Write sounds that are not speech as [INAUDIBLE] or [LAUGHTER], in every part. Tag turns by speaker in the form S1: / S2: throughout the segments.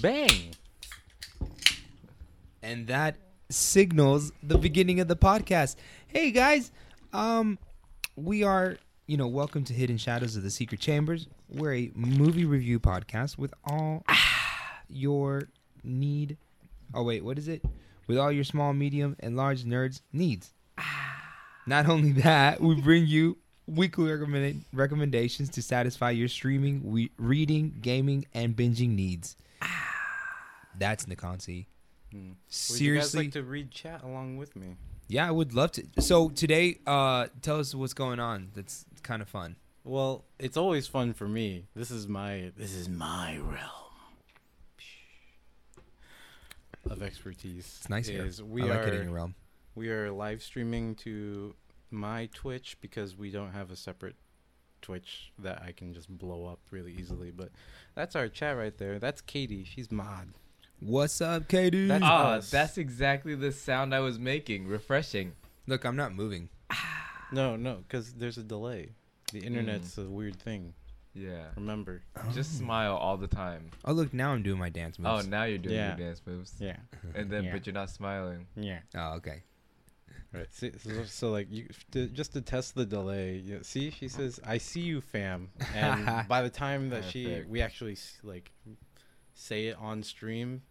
S1: Bang.
S2: and that signals the beginning of the podcast. Hey guys, um, we are you know welcome to Hidden Shadows of the Secret Chambers. We're a movie review podcast with all your need. Oh wait, what is it? With all your small, medium, and large nerds needs.
S1: Ah.
S2: Not only that, we bring you weekly recommended recommendations to satisfy your streaming, we- reading, gaming, and binging needs. That's Nikonsi.
S1: Would Ah. Hmm. you guys
S2: Seriously,
S1: like to read chat along with me?
S2: yeah, I would love to. So today, uh, tell us what's going on. That's kind of fun.
S1: Well, it's always fun for me. This is my this is my realm of expertise.
S2: It's nice here.
S1: is we
S2: I like
S1: are
S2: hitting a realm.
S1: we are live streaming to my Twitch because we don't have a separate Twitch that I can just blow up really easily. But that's our chat right there. That's Katie. She's mod.
S2: What's up, Katie?
S1: That's
S3: Ah,
S1: us.
S3: that's exactly the sound I was making. Refreshing.
S2: Look, I'm not moving.
S1: No, no, because there's a delay. The internet's
S2: Hmm.
S1: a weird thing.
S3: Yeah.
S1: Remember.
S3: Just smile all the time.
S2: Oh, look, now I'm doing my dance moves.
S3: Oh, now you're doing
S1: Yeah.
S3: your dance moves.
S1: Yeah.
S3: And then,
S1: Yeah.
S3: but you're not smiling.
S1: Yeah.
S2: Oh, okay.
S1: Right. See, so, so like you to, just to test the delay. You see, she says, "I see you, fam."
S2: [LAUGHS]
S1: And by the time that she
S3: Perfect.
S1: we actually s- like say it on stream,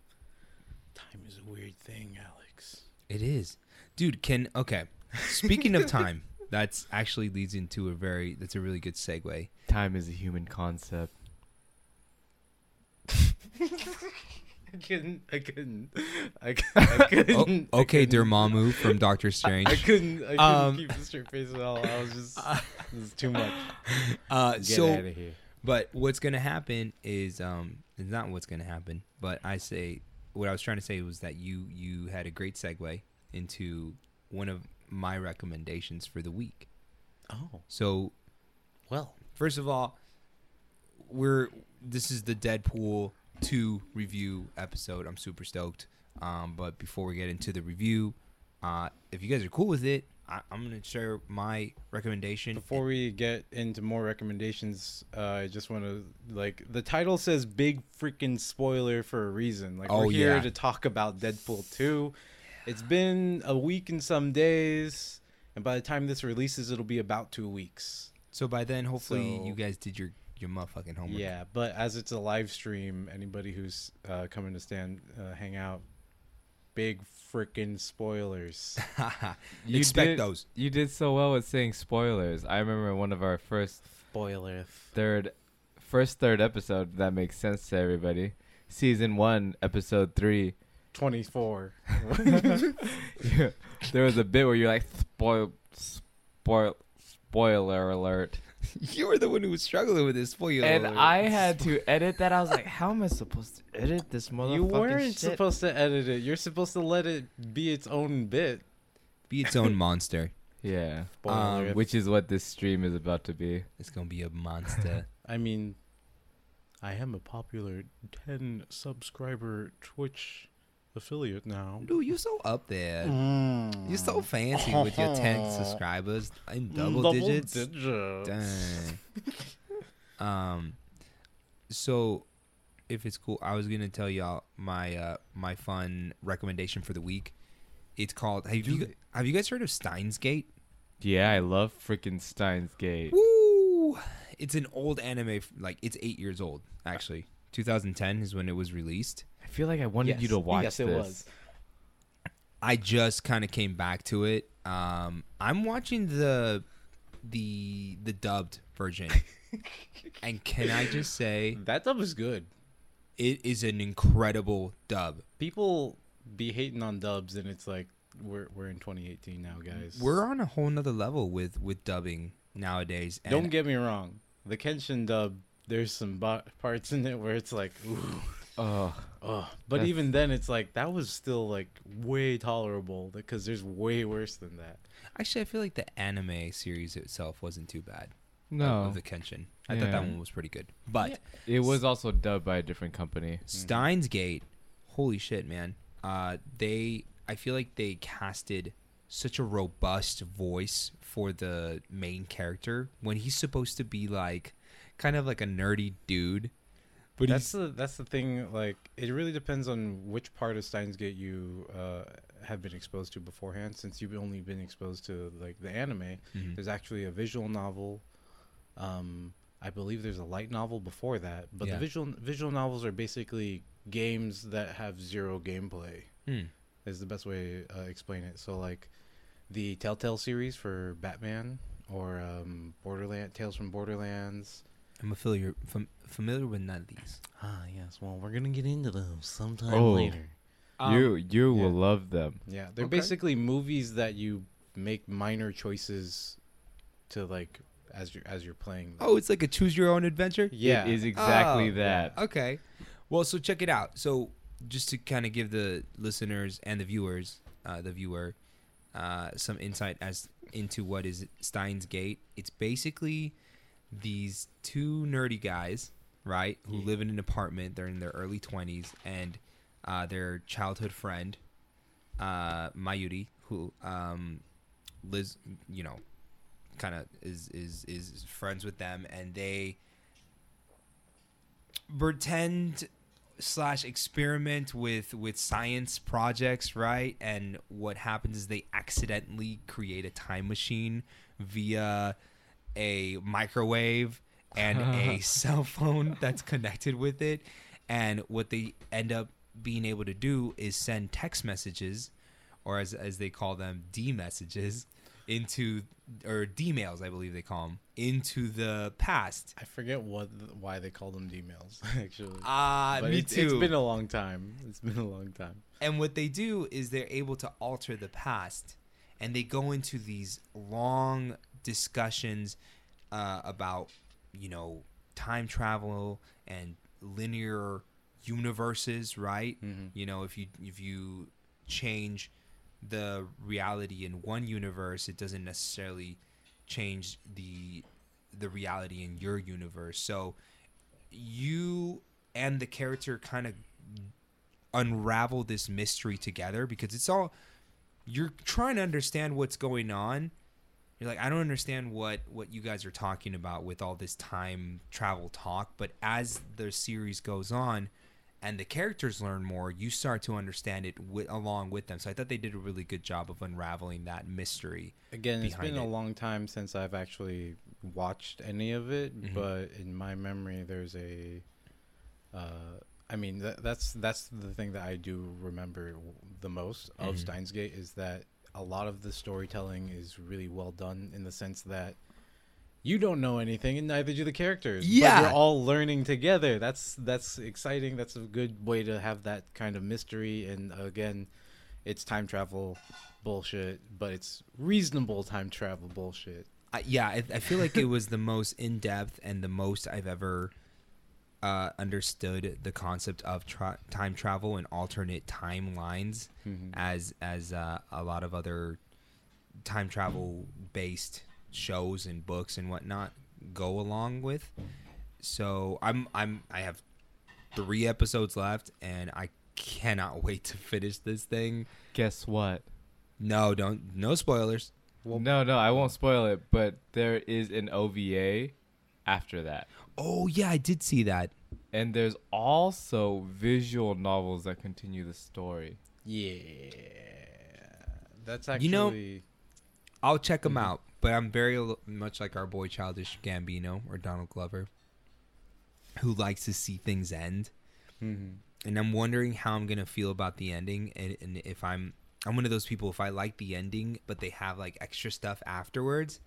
S1: time is a weird thing, Alex.
S2: It is, dude. Can okay. Speaking
S1: [LAUGHS]
S2: of time, that's actually leads into a very. That's a really good
S1: [LAUGHS]
S2: segue.
S3: Time is a human concept.
S1: I couldn't. I couldn't. I, c- I
S2: [LAUGHS] Oh,
S1: couldn't. I
S2: okay,
S1: couldn't-
S2: Dormammu from Doctor
S1: I
S2: Strange.
S1: couldn't. I couldn't
S2: Um,
S1: keep a straight face at all. I was
S2: [LAUGHS]
S1: just. This is too much.
S2: Uh,
S1: Get out
S2: so,
S1: of here.
S2: but what's gonna happen is um, it's not what's gonna happen. But I say what I was trying to say was that you you had a great segue into one of my recommendations for the week.
S1: Oh
S2: So
S1: well.
S2: First of all, we're this is the Deadpool two review episode. I'm super stoked. Um, but before we get into the review, uh, if you guys are cool with it, I, I'm gonna share my recommendation.
S1: Before we get into more recommendations, uh, I just want to like the title says "big freaking spoiler" for a reason. Like
S2: Oh,
S1: we're here
S2: yeah.
S1: to talk about Deadpool two. It's been a week and some days, and by the time this releases, it'll be about two weeks.
S2: so by then, hopefully,
S1: So-
S2: you guys did your your motherfucking homework. [LAUGHS]
S1: Yeah, but as it's a live stream, anybody who's uh, coming to stand uh, hang out, big freaking spoilers.
S3: You
S2: Expect
S3: did-
S2: those. [LAUGHS]
S3: You did so well with saying spoilers. I remember one of our first
S1: Spoiler.
S3: third first third episode that makes sense to everybody. Season 1, episode 3.
S1: Twenty four.
S3: Yeah, [LAUGHS] there was a bit where you're like spoil spoil spoiler alert.
S2: You were the one who was struggling with this spoiler.
S3: and
S2: alert.
S3: I had to edit that. I was like, how am I supposed to edit this motherfucking
S1: You weren't
S3: shit?
S1: supposed to edit it. You're supposed to let it be its own bit.
S2: be its own monster. Um,
S3: yeah.
S1: Spoiler.
S3: Which is what this stream is about to be.
S2: It's gonna be a monster.
S1: I mean, I am a popular 10 subscriber Twitch affiliate now.
S2: Dude, you're so up there. You're so fancy with your [LAUGHS] 10 subscribers in Mm, double, digits. Dang. um, so if it's cool, I was gonna tell y'all my uh my fun recommendation for the week. It's called Have you
S3: Do-
S2: Have you guys heard of Steins Gate?
S3: Yeah, I love freaking Steins Gate.
S2: Woo! It's an old anime. f- Like it's eight years old actually. 2010 is when it was released.
S3: I feel like I wanted you
S1: Yes.
S3: to watch
S1: Yes, it
S3: this.
S1: was.
S2: I just kind of came back to it. Um, I'm watching the the the dubbed
S1: [LAUGHS]
S2: version, and can I just say
S1: That dub is good.
S2: it is an incredible dub.
S1: People be hating on dubs, and it's like, we're, we're in 2018 now, guys.
S2: We're on a whole nother level with with dubbing nowadays. And
S1: Don't get me wrong. The Kenshin dub, there's some bo- parts in it where it's like, ooh.
S3: Oh,
S1: Ugh. But
S3: That's-
S1: even then, it's like that was still like way tolerable because there's way worse than that.
S2: actually, I feel like the anime series itself wasn't too bad. of-
S3: no.
S2: of the Kenshin, I thought
S3: Yeah.
S2: that one was pretty good. But
S3: it was also dubbed by a different company.
S2: Mm-hmm. Steins Gate, holy shit, man. Uh, they, I feel like they casted such a robust voice for the main character when he's supposed to be like, kind of like a nerdy dude. But
S1: that's
S2: he's
S1: the that's the thing. Like, it really depends on which part of Steins Gate you uh, have been exposed to beforehand. Since you've only been exposed to like the anime,
S2: Mm-hmm.
S1: there's actually a visual novel. Um, I believe there's a light novel before that, but
S2: Yeah.
S1: the visual visual novels are basically games that have zero gameplay.
S2: Hmm.
S1: Is the best way to uh, explain it. So like, the Telltale series for Batman or um, Borderland Tales from Borderlands.
S2: I'm familiar fam- familiar with none of these.
S1: Ah yes, well we're gonna get into those sometime
S3: Oh.
S1: later.
S2: Um,
S3: you you
S1: yeah.
S3: will love them.
S1: Yeah, they're
S2: Okay.
S1: basically movies that you make minor choices to like as you are as you're playing. them.
S2: Oh, it's like a choose your own adventure.
S1: yeah,
S3: It is exactly
S2: Oh.
S3: that.
S2: Okay. Well, so check it out. So just to kind of give the listeners and the viewers, uh, the viewer, uh, some insight as into what is Steins Gate. It's basically these two nerdy guys, right, who
S1: Yeah.
S2: live in an apartment. They're in their early twenties, and uh, their childhood friend, uh, Mayuri, who um, lives, you know, kind of is is is friends with them, and they pretend slash experiment with with science projects right and what happens is they accidentally create a time machine via a microwave and
S1: [LAUGHS]
S2: a cell phone that's connected with it and what they end up being able to do is send text messages or as, as they call them d messages into or d mails i believe they call them into the past
S1: I forget what th- why they call them D-mails [LAUGHS] actually.
S2: ah
S1: But
S2: me
S1: it's-
S2: too
S1: It's been a long time. It's been a long time.
S2: And what they do is they're able to alter the past, and they go into these long discussions uh, about, you know, time travel and linear universes, right?
S1: Mhm.
S2: You know, if you if you change the reality in one universe, it doesn't necessarily change the the reality in your universe. So you and the character kind of unravel this mystery together because it's all you're trying to understand what's going on. You're like, I don't understand what what you guys are talking about with all this time travel talk, but as the series goes on and the characters learn more, you start to understand it wi- along with them. So I thought they did a really good job of unraveling that mystery.
S1: Again, it's been
S2: Behind
S1: a
S2: it.
S1: long time since I've actually watched any of it,
S2: Mhm.
S1: but in my memory, there's a. Uh, I mean, tha that's that's the thing that I do remember w- the most of
S2: Mhm.
S1: Steins Gate is that a lot of the storytelling is really well done in the sense that you don't know anything and neither do the characters. but
S2: Yeah.
S1: you're all learning together. That's that's exciting. That's a good way to have that kind of mystery. And again, it's time travel bullshit, but it's reasonable time travel bullshit.
S2: I, yeah, I, I feel like it was the most in depth and the most I've ever uh, understood the concept of tra- time travel and alternate timelines as as uh, a lot of other time travel based shows and books and whatnot go along with. So I'm I'm I have three episodes left and I cannot [LAUGHS] wait to finish this thing.
S3: Guess what?
S2: No, don't no spoilers.
S3: no, no, I won't spoil it, but there is an OVA after that.
S2: Oh yeah, I did see that.
S3: And there's also visual novels that continue the story.
S1: Yeah, that's actually
S2: You know- I'll check them out. But I'm very l- much like our boy Childish Gambino or Donald Glover, who likes to see things end. And I'm wondering how I'm gonna feel about the ending, and, and if I'm I'm one of those people if I like the ending, but they have like extra stuff afterwards.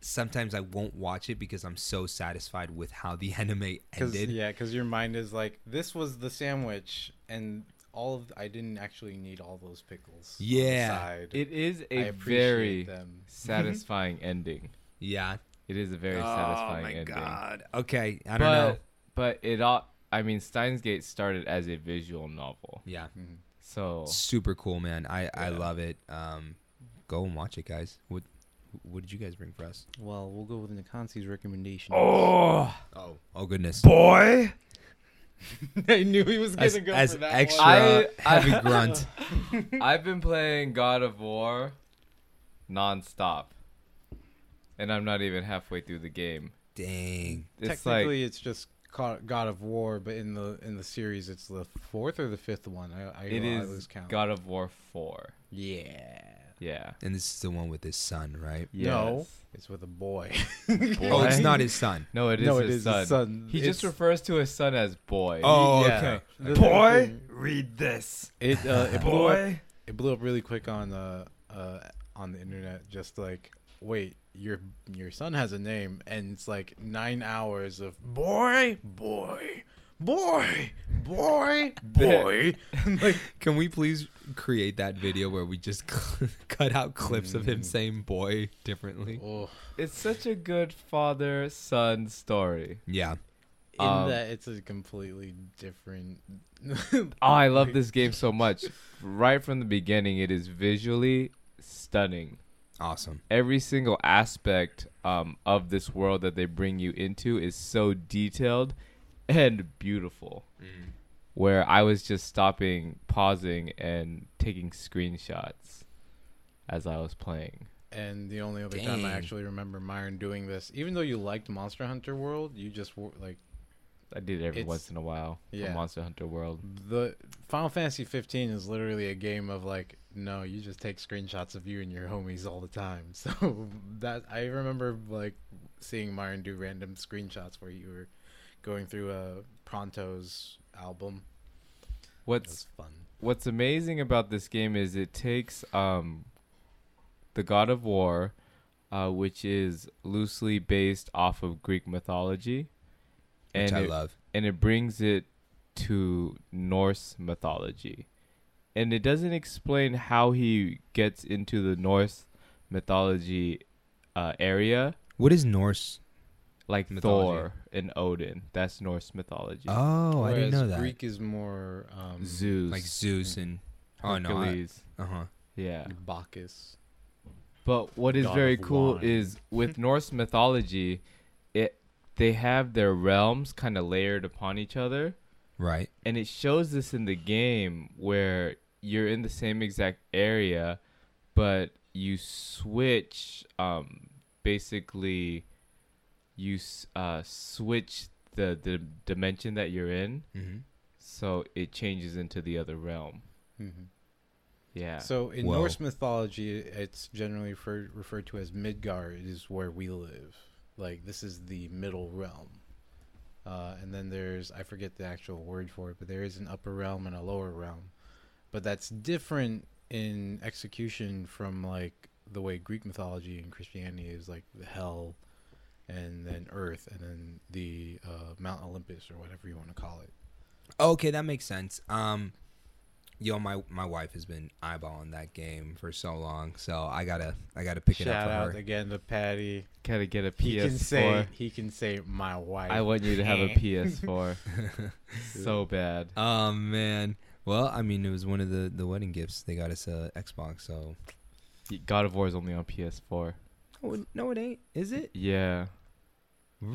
S2: Sometimes I won't watch it because I'm so satisfied with how the [LAUGHS] anime
S1: cause,
S2: ended.
S1: yeah, because your mind is like, this was the sandwich, and all of I didn't actually need all those pickles. on the
S2: Yeah.
S1: side.
S3: It is
S1: I
S3: a
S1: appreciate
S3: very
S1: them. [LAUGHS]
S3: satisfying ending.
S2: Yeah.
S3: It is a
S1: Oh,
S3: very satisfying ending.
S2: Oh Okay. I don't
S3: but
S2: know.
S3: but it all I mean Steins Gate started as a visual novel.
S2: Yeah.
S3: So
S2: super cool man i i
S3: Yeah.
S2: love it um go and watch it guys what what did you guys bring for us
S1: Well, we'll go with Nakansi's recommendation.
S2: [LAUGHS]
S3: Oh
S2: oh oh goodness
S3: boy.
S1: [LAUGHS] I knew he was gonna
S2: as,
S1: go
S2: as
S1: for that
S2: extra
S1: one.
S3: I-
S2: heavy
S3: [LAUGHS]
S2: grunt
S3: I've been playing God of War nonstop. And I'm not even halfway through the game.
S2: dang
S3: It's like
S1: Technically, it's just Ca- God of War, but in the in the series, it's the fourth or the fifth one. I, I,
S3: It
S1: I
S3: is
S1: lose count.
S3: God of War four.
S1: yeah.
S3: Yeah.
S2: And this is the one with his son, right?
S1: No,
S3: Yes.
S1: it's with a boy.
S2: Oh, it's
S3: Boy.
S2: not his son.
S3: No, it
S1: [LAUGHS]
S3: is
S1: no,
S3: his, son. He just
S1: It's-
S3: refers to his son as boy.
S2: Oh,
S1: yeah.
S2: okay.
S1: The-
S3: read this.
S1: It uh, it blew up, it blew up really quick on uh, uh on the internet. Just like wait, your your son has a name, and it's like nine hours of boy, boy, boy, boy, boy. like
S2: Can we please create that video where we just [LAUGHS] cut out clips of him saying boy differently?
S1: oh,
S3: It's such a good father son story.
S2: Yeah.
S1: in
S3: Um,
S1: that it's a completely different. [LAUGHS]
S3: Oh, I love this game so much. Right from the beginning, it is visually stunning.
S2: Awesome.
S3: Every single aspect um, of this world that they bring you into is so detailed and beautiful. Where I was just stopping, pausing, and taking screenshots as I was playing.
S1: And the only other time I
S2: Dang.
S1: actually remember Myron doing this, even though you liked Monster Hunter World, you just wo- like
S3: I did it every
S1: It's-
S3: once in a while for
S1: yeah.
S3: Monster Hunter World.
S1: the Final Fantasy 15 is literally a game of like no, you just take screenshots of you and your homies all the time. [LAUGHS] So that I remember like seeing Myron do random screenshots where you were going through a Pronto's album. It
S3: What's
S1: was fun.
S3: what's amazing about this game is it takes um the god of war uh, which is loosely based off of greek mythology
S2: Which
S3: and
S2: I
S3: it,
S2: love.
S3: and it brings it to norse mythology and it doesn't explain how he gets into the norse mythology uh, area
S2: What is Norse?
S3: like
S2: Mythology.
S3: thor and odin that's norse mythology
S2: Oh, I didn't
S1: Whereas
S2: know that.
S1: Greek is more um,
S3: zeus
S2: Like Zeus and oh no, I-
S3: Hercules.
S2: uh-huh.
S3: yeah
S1: Bacchus.
S3: But what is
S1: God
S3: very
S1: of
S3: cool
S1: wine.
S3: is with Norse mythology, it they have their realms kind of layered upon each other,
S2: right.
S3: and it shows this in the game where you're in the same exact area, but you switch. Um, basically, you s- uh, switch the the dimension that you're in,
S2: Mm-hmm.
S3: so it changes into the other realm.
S1: hmm
S3: Yeah.
S1: So in
S2: Whoa.
S1: Norse mythology, it's generally referred, referred to as Midgar. It is where we live. Like this is the middle realm. Uh, and then there's I forget the actual word for it, but there is an upper realm and a lower realm, but that's different in execution from like the way Greek mythology and Christianity is like the hell, and then earth, and then the uh, Mount Olympus or whatever you want to call it.
S2: Okay, that makes sense. Um, yo, my my wife has been eyeballing that game for so long, so I gotta I gotta pick it up
S1: Shout
S2: for
S1: out
S2: her.
S1: again to Patty.
S3: gotta get a
S1: He can
S3: PS4.
S1: say he can say my wife.
S3: I want you to have a
S1: [LAUGHS]
S3: PS4 so bad.
S2: Oh man. Well, I mean, it was one of the the wedding gifts they got us a Xbox. So
S3: God of War is only on PS4.
S2: oh, no, it ain't. Is it
S3: Yeah,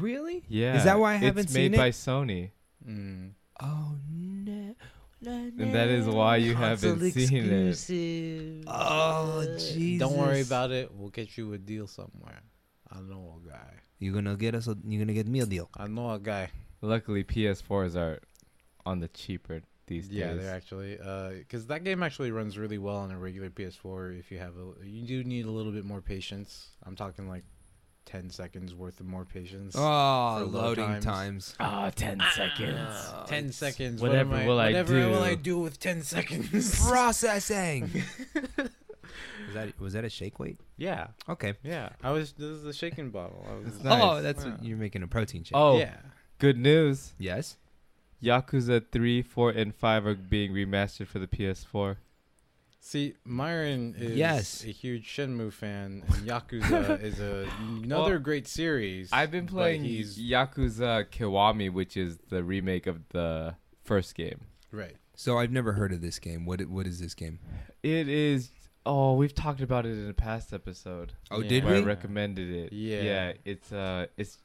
S2: really?
S3: yeah.
S2: Is that why I haven't
S3: it's
S2: seen
S3: made by
S2: it?
S3: Sony,
S1: Mm.
S2: Oh no.
S3: and that is why you haven't seen it.
S2: Oh Jesus!
S1: Don't worry about it. We'll get you a deal somewhere. I know a guy.
S2: You're gonna get us. A, you're gonna get me a deal.
S1: I know a guy.
S3: Luckily, PS4s are on the cheaper these
S1: yeah,
S3: days.
S1: they're actually because that game actually runs really well on a regular PS4. If you have a, you do need a little bit more patience. I'm talking like ten seconds worth of more patience.
S2: Oh,
S1: For low
S2: loading
S1: times.
S2: times.
S3: Ah, 10 seconds.
S1: Ah, [SIGHS] ten
S2: it's-
S1: seconds.
S3: whatever
S1: what am I,
S3: will I
S1: whatever will I
S3: do?
S1: do with ten
S3: [LAUGHS]
S1: seconds?
S2: Processing. [LAUGHS] was that was that a shake weight?
S1: yeah,
S2: Okay.
S1: yeah. I was. This is the shaking bottle. I
S3: [LAUGHS]
S1: was,
S3: Nice.
S2: Oh, that's
S1: Yeah.
S2: you're making a protein shake.
S3: Oh,
S1: yeah.
S3: good news!
S2: Yes.
S3: Yakuza 3, 4, and 5 are being remastered for the PS4.
S1: See, Myron is
S2: Yes.
S1: a huge Shenmue fan, and
S3: [LAUGHS]
S1: Yakuza is a, another
S3: Well,
S1: great series.
S3: I've been
S1: but
S3: playing
S1: he's
S3: Yakuza Kiwami, which is the remake of the first game.
S1: right.
S2: So I've never heard of this game. What i- what is this game?
S3: It is. Oh, we've talked about it in a past episode.
S2: Oh,
S1: Yeah.
S2: did
S3: where I
S2: we?
S3: recommended it.
S1: Yeah.
S3: yeah, it's uh, it's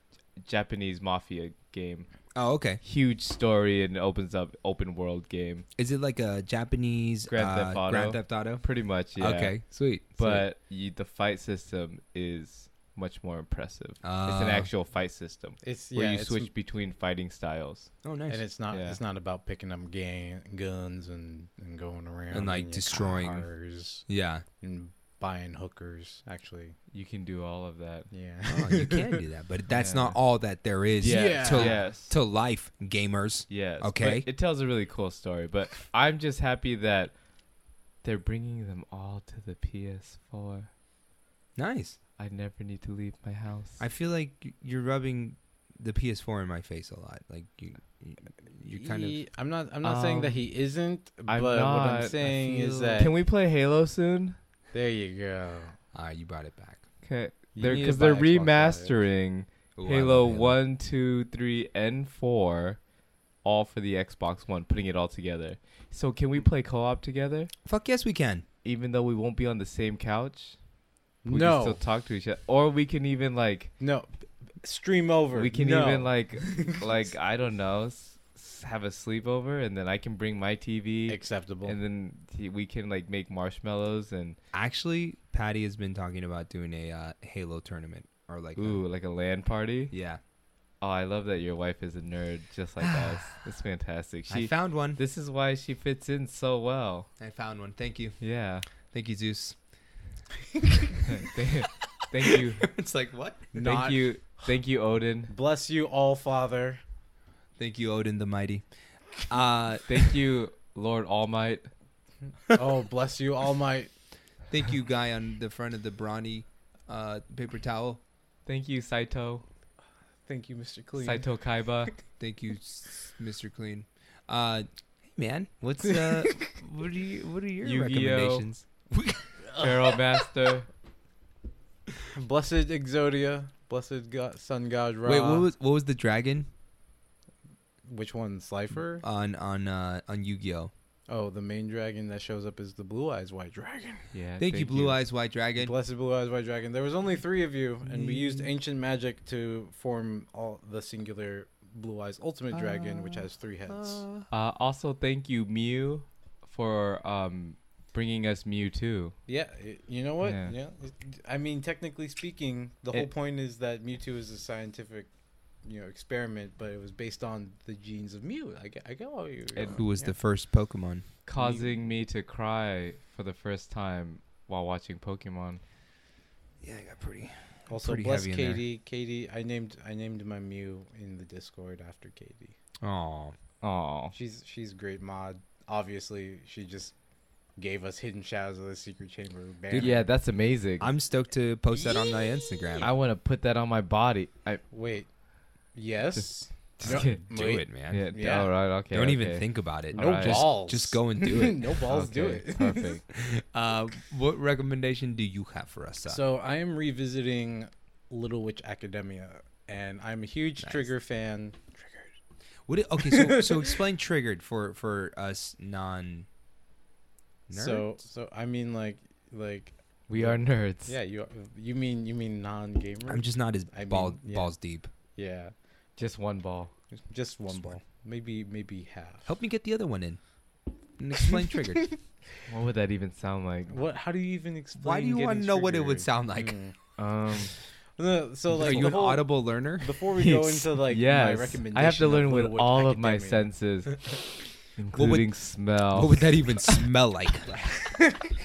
S3: Japanese mafia game,
S2: oh, okay.
S3: huge story and opens up open world game,
S2: Is it like a Japanese
S3: Grand
S2: uh,
S3: Theft Auto.
S2: Grand Theft Auto?
S3: pretty much. Yeah.
S2: Okay, sweet.
S3: but you, the fight system is much more impressive. it's an
S2: Uh,
S3: actual fight system
S1: It's
S3: where
S1: yeah,
S3: you
S1: it's-
S3: switch between fighting styles.
S2: Oh, nice.
S1: and it's not
S3: Yeah.
S1: it's not about picking up gang, guns and, and going around
S2: like,
S1: in your
S2: destroying-
S1: cars
S2: yeah.
S1: and buying hookers. Actually,
S3: You can do all of that.
S1: yeah,
S2: Oh, you can do that, but that's not all that there is
S1: Yeah.
S2: to,
S3: Yes.
S2: to life, gamers.
S3: Yes. but
S2: Okay.
S3: It tells a really cool story, but I'm just happy that they're bringing them all to the PS4.
S2: Nice.
S3: I never need to leave my house.
S2: I feel like you're rubbing the PS4 in my face a lot. Like you, you, you kind
S1: [LAUGHS]
S2: of.
S1: He- I'm not. I'm not saying that
S3: Um,
S1: he isn't,
S3: I'm
S1: but what
S3: not, I
S1: I'm saying is
S2: feel-
S1: that
S3: Can we play Halo soon?
S1: there you go.
S2: Ah, you brought it back.
S3: Okay.
S1: You
S3: They're
S1: need to
S3: because
S1: buy
S3: they're
S1: Xbox Live.
S3: remastering
S2: Ooh, I
S3: Halo
S2: love
S3: one, two, three, and four, all for the Xbox One, putting it all together. So can we play co-op together,
S2: Fuck yes, we can.
S3: even though we won't be on the same couch? We
S1: no,
S3: can still talk to each other, or we can even like
S1: no, stream over.
S3: we can
S1: No. [LAUGHS]
S3: even like like I don't know, s- s- have a sleepover, and then I can bring my TV,
S1: acceptable.
S3: and then he- we can like make marshmallows and
S2: Actually, Patty has been talking about doing a uh, Halo tournament or like. a-
S3: ooh like a land party.
S2: yeah,
S3: Oh, I love that your wife is a nerd just like
S2: [SIGHS]
S3: us. It's fantastic.
S2: I
S3: She
S2: found one.
S3: this is why she fits in so well.
S2: I found one. Thank you, [LAUGHS]
S3: Yeah.
S2: thank you, Zeus.
S3: thank thank
S2: [LAUGHS]
S3: you.
S2: it's like what?
S1: Not-
S3: Thank you. Thank you, Odin.
S1: Bless you, all
S2: [LAUGHS]
S1: Father.
S2: Thank you, Odin the Mighty. Uh,
S3: [LAUGHS] Thank you, Lord Almight.
S1: Oh, bless you, All Might.
S2: thank you, guy on the front of the brawny uh, paper towel.
S3: Thank you, Saito.
S1: Thank you, Mr. Clean.
S3: Saito
S2: [LAUGHS]
S3: Kaiba.
S2: Thank you, s- Mr. Clean. Uh, hey man, what's
S3: [LAUGHS]
S2: uh, what are you, what are your
S3: Yu-Gi-Oh.
S2: recommendations?
S3: Pharaoh Master.
S1: Blessed Exodia. Blessed God, Sun God Ra.
S2: Wait, what was what was the dragon
S1: which one? Slifer?
S2: on on uh, on Yu-Gi-Oh?
S1: Oh, the main dragon that shows up is the Blue Eyes White Dragon.
S3: Yeah.
S2: Thank, you, Blue Eyes White Dragon.
S1: Blessed Blue Eyes White Dragon. There was only three of you, and we used
S2: Mm.
S1: ancient magic to form all the singular Blue Eyes Ultimate Dragon,
S2: Ah.
S1: which has three heads.
S3: Uh, also, thank you, Mew, for um bringing us Mew too.
S1: Yeah, y- you know what?
S3: Yeah.
S1: Yeah. it- I mean, technically speaking, the whole
S3: It-
S1: point is that Mewtwo is a scientific, you know, experiment, but it was based on the genes of Mew. I get, I get all you.
S3: And
S2: Who was the first Pokemon?
S3: Causing me to cry for the first time while watching Pokemon.
S2: Yeah, I got pretty.
S1: also
S2: pretty
S1: bless
S2: heavy in there.
S1: Katie. Katie, I named I named my Mew in the Discord after Katie.
S2: Oh,
S3: Oh.
S1: She's she's a great mod. Obviously, she just gave us hidden shadows of the secret chamber. Banner.
S3: Yeah, that's amazing.
S2: I'm stoked to post that on my Instagram.
S3: I want to put that on my body. I
S1: Wait.
S2: [LAUGHS]
S1: Yes.
S3: Just
S1: No- [LAUGHS]
S3: kidding.
S2: do
S1: wait.
S2: it, man.
S3: yeah.
S1: Yeah.
S3: All right. Okay.
S2: Don't even
S3: okay.
S2: think about it.
S1: No
S3: Alright.
S2: just,
S1: balls.
S2: Just go and do it.
S1: [LAUGHS] no balls. Do
S3: Okay,
S1: it. [LAUGHS]
S3: Perfect.
S2: uh, what recommendation do you have for us? uh?
S1: So I am revisiting Little Witch Academia, and I'm a huge
S2: Nice.
S1: Trigger fan.
S2: What it, okay, so
S1: [LAUGHS]
S2: so explain triggered for for us non. Nerds?
S1: So so I mean like like
S3: We are nerds.
S1: yeah you you mean you mean non gamer?
S2: I'm just not as
S1: I mean,
S2: ball,
S1: yeah.
S2: balls deep.
S1: yeah,
S3: Just one ball.
S1: just one
S2: Just
S1: ball,
S2: one.
S1: maybe maybe half.
S2: Help me get the other one in.
S1: [LAUGHS]
S2: And explain triggered.
S3: What would that even sound like?
S1: What? How do you even explain?
S2: Why do you want
S1: getting
S2: to know what it would
S1: triggered?
S2: sound like?
S1: Mm.
S3: Um,
S1: No, so
S2: Are
S1: like
S2: you
S1: the
S2: an
S1: whole-
S2: audible learner?
S1: before [LAUGHS]
S3: [LAUGHS]
S1: we
S2: [LAUGHS]
S1: go
S3: Yes.
S1: into like my
S3: yes,
S1: recommendation,
S3: I have to
S1: of
S3: learn with
S1: Little Witch
S3: all of my
S1: Academia, [LAUGHS]
S3: senses, including smell.
S2: What would that even smell like?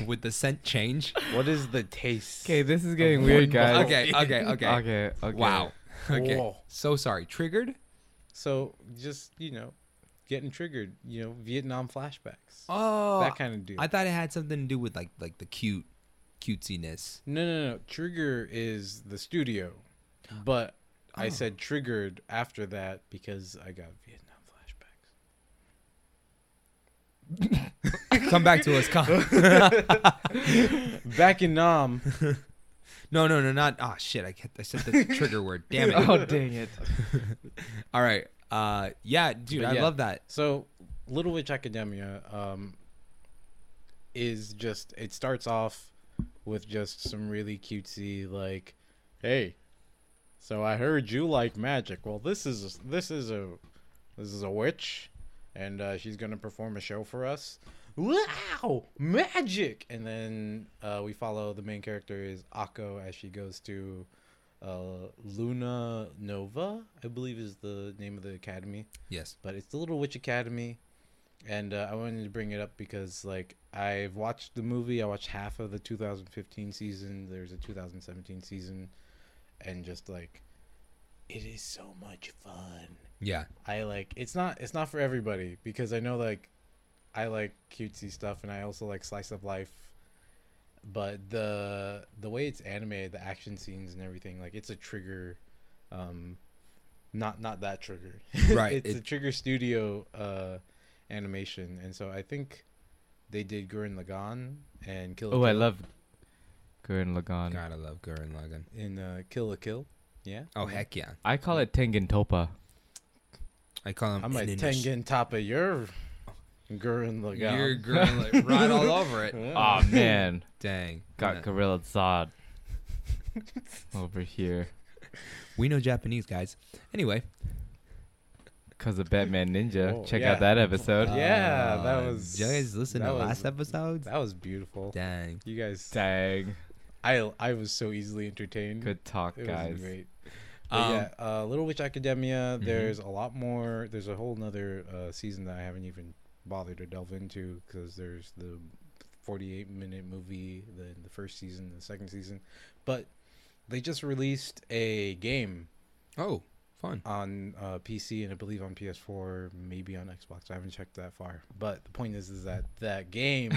S2: would the scent change?
S1: What is the taste?
S3: [LAUGHS] okay, this is getting weird, guys.
S2: Okay, okay, okay.
S3: okay, okay.
S2: Wow. Okay.
S1: Whoa.
S2: So sorry. Triggered?
S1: So just you know, getting triggered. You know, Vietnam flashbacks.
S2: Oh.
S1: that kind of deal.
S2: I thought it had something to do with like like the cute cutesiness.
S1: No, no, no. Trigger is the studio, but I
S2: Oh.
S1: said triggered after that because I got Vietnam flashbacks.
S2: Come back to us. Come.
S1: Back in Nam,
S2: No, no, no, not. Ah, shit. I, kept- I said the trigger word. Damn it.
S3: [LAUGHS] [LAUGHS] Oh dang it.
S2: All right. Uh, yeah, dude,
S1: But
S2: I
S1: yeah.
S2: love that.
S1: so Little Witch Academia um, is just it starts off with just some really cutesy like, hey, so I heard you like magic. Well, this is this is a this is a witch, and uh, she's gonna perform a show for us. Wow, magic! And then uh, we follow the main character is Akko as she goes to uh, Luna Nova, I believe is the name of the academy,
S2: Yes.
S1: but it's the Little Witch Academy, and uh, I wanted to bring it up because like I've watched the movie, I watched half of the 2015 season. There's a 2017 season, and just like, it is so much fun.
S2: Yeah.
S1: I like it's not it's not for everybody because I know like I like cutesy stuff and I also like slice of life, but the the way it's animated, the action scenes and everything, like it's a trigger, um, not not that trigger, [LAUGHS]
S2: Right,
S1: it's
S2: it-
S1: a Trigger Studio uh animation, and so I think they did Gurren Lagann and Kill.
S3: Oh, I
S1: Kill
S3: love Gurren Lagann.
S2: Gotta love Gurren Lagann.
S1: in uh, Kill a Kill. Yeah.
S2: Oh heck yeah!
S3: I call it Tengen Topa.
S2: I call him.
S1: I'm a
S2: Inanish.
S1: Tengen top of your Gurren Lagann.
S2: You're Gurren Lag- right all over it.
S1: Yeah.
S3: Oh man,
S2: Dang.
S3: got
S2: No.
S3: Gorilla Zod
S1: [LAUGHS]
S3: over here
S2: We know Japanese guys. Anyway,
S3: because of Batman Ninja.
S1: Whoa,
S3: Check
S1: yeah.
S3: out that episode.
S1: Uh, Yeah, that was-
S2: You guys listen
S1: that
S2: to
S1: was-
S2: last episodes.
S1: That was beautiful.
S2: Dang.
S1: You guys,
S3: Dang,
S1: I I was so easily entertained.
S3: good talk,
S1: it
S3: guys. Um, mm-hmm.
S1: was great. But yeah, uh, Little Witch Academia.
S2: Mhm.
S1: There's a lot more. There's a whole nother uh, season that I haven't even bothered to delve into because there's the 48 minute movie, the the first season, the second season, but they just released a game
S2: Oh, fun.
S1: on uh, PC and I believe on PS4, maybe on Xbox. I haven't checked that far. But the point is, is that that
S3: [LAUGHS]
S1: game. [LAUGHS]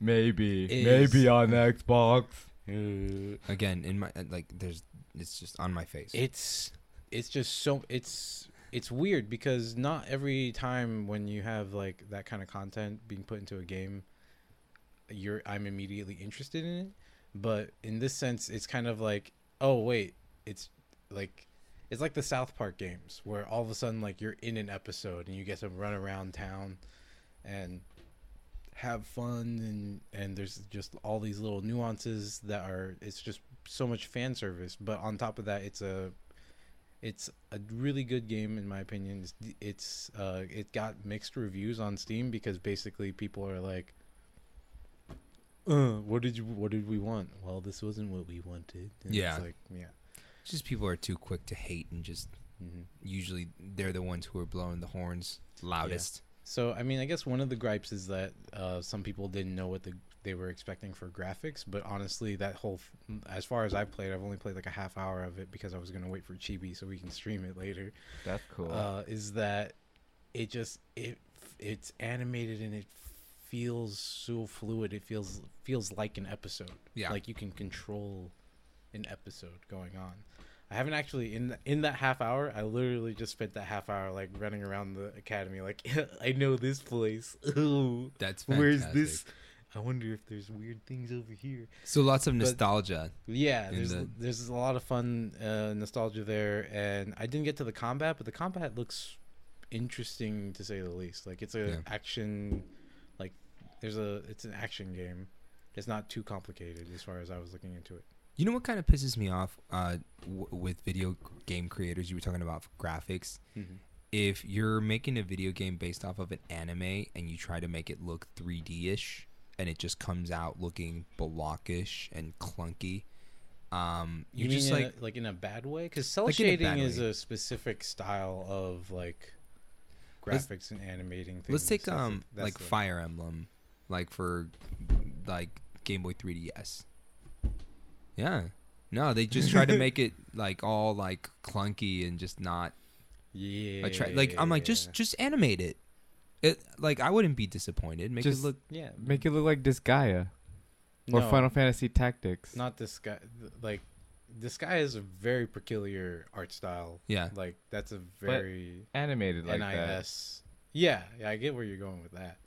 S3: Maybe,
S1: Is-
S3: maybe on Xbox.
S1: uh,
S2: Again, in my like, there's it's just on my face.
S1: it's it's just so it's it's weird because not every time when you have like that kind of content being put into a game you're I'm immediately interested in it but in this sense it's kind of like oh wait it's like it's like the South Park games where all of a sudden like you're in an episode and you get to run around town and have fun and and there's just all these little nuances that are it's just so much fan service but on top of that it's a it's a really good game in my opinion it's, it's uh it got mixed reviews on steam because basically people are like uh what did you what did we want well this wasn't what we wanted it's
S2: Yeah.
S1: like yeah
S2: just people are too quick to hate and just
S1: hmm
S2: usually they're the ones who are blowing the horns loudest.
S1: So I mean, I guess one of the gripes is that uh, some people didn't know what the they were expecting for graphics. But honestly, that whole f- as far as I played, I've only played like a half hour of it because I was gonna wait for Chibi so we can stream it later.
S3: That's cool.
S1: Uh, is that it? Just it it's animated and it feels so fluid. It feels feels like an episode.
S2: Yeah.
S1: like you can control an episode going on. I haven't actually in in that half hour. I literally just spent that half hour like running around the academy. Like [LAUGHS] I know this place. [LAUGHS] Ooh,
S2: That's
S1: where's
S2: fantastic.
S1: this? I wonder if there's weird things over here.
S2: So lots of nostalgia.
S1: Yeah,
S2: And
S1: there's
S2: then-
S1: there's a lot of fun uh, nostalgia there, and I didn't get to the combat, but the combat looks interesting to say the least. Like it's a
S2: Yeah.
S1: action, like there's a it's an action game. It's not too complicated as far as I was looking into it.
S2: You know what kind of pisses me off uh, w- with video game creators? You were talking about graphics.
S1: Mm-hmm.
S2: If you're making a video game based off of an anime and you try to make it look 3D ish and it just comes out looking blockish and clunky, um,
S1: You
S2: you're
S1: mean uh,
S2: just
S1: in
S2: like,
S1: a, like in a bad way? Because cell
S2: Like in a bad
S1: shading is
S2: way.
S1: a specific style of like
S2: Let's-
S1: graphics and animating things.
S2: let's take
S1: That's the-
S2: um
S1: that's
S2: like
S1: the-
S2: Fire Emblem, like for like Game Boy 3DS. Yeah, no, they just try to
S1: [LAUGHS]
S2: make it like all like clunky and just not
S1: yeah.
S2: attra- like I'm like just just animate it. It like I wouldn't be disappointed. Make
S3: Just-
S2: it look
S1: yeah.
S3: Make it look like Disgaea or
S1: no,
S3: Final Fantasy Tactics.
S1: Not this guy. th- Like this guy is a very peculiar art style.
S2: yeah.
S1: Like that's a very
S3: Animated like that.
S1: NIS. Yeah, yeah, I get where you're going with that.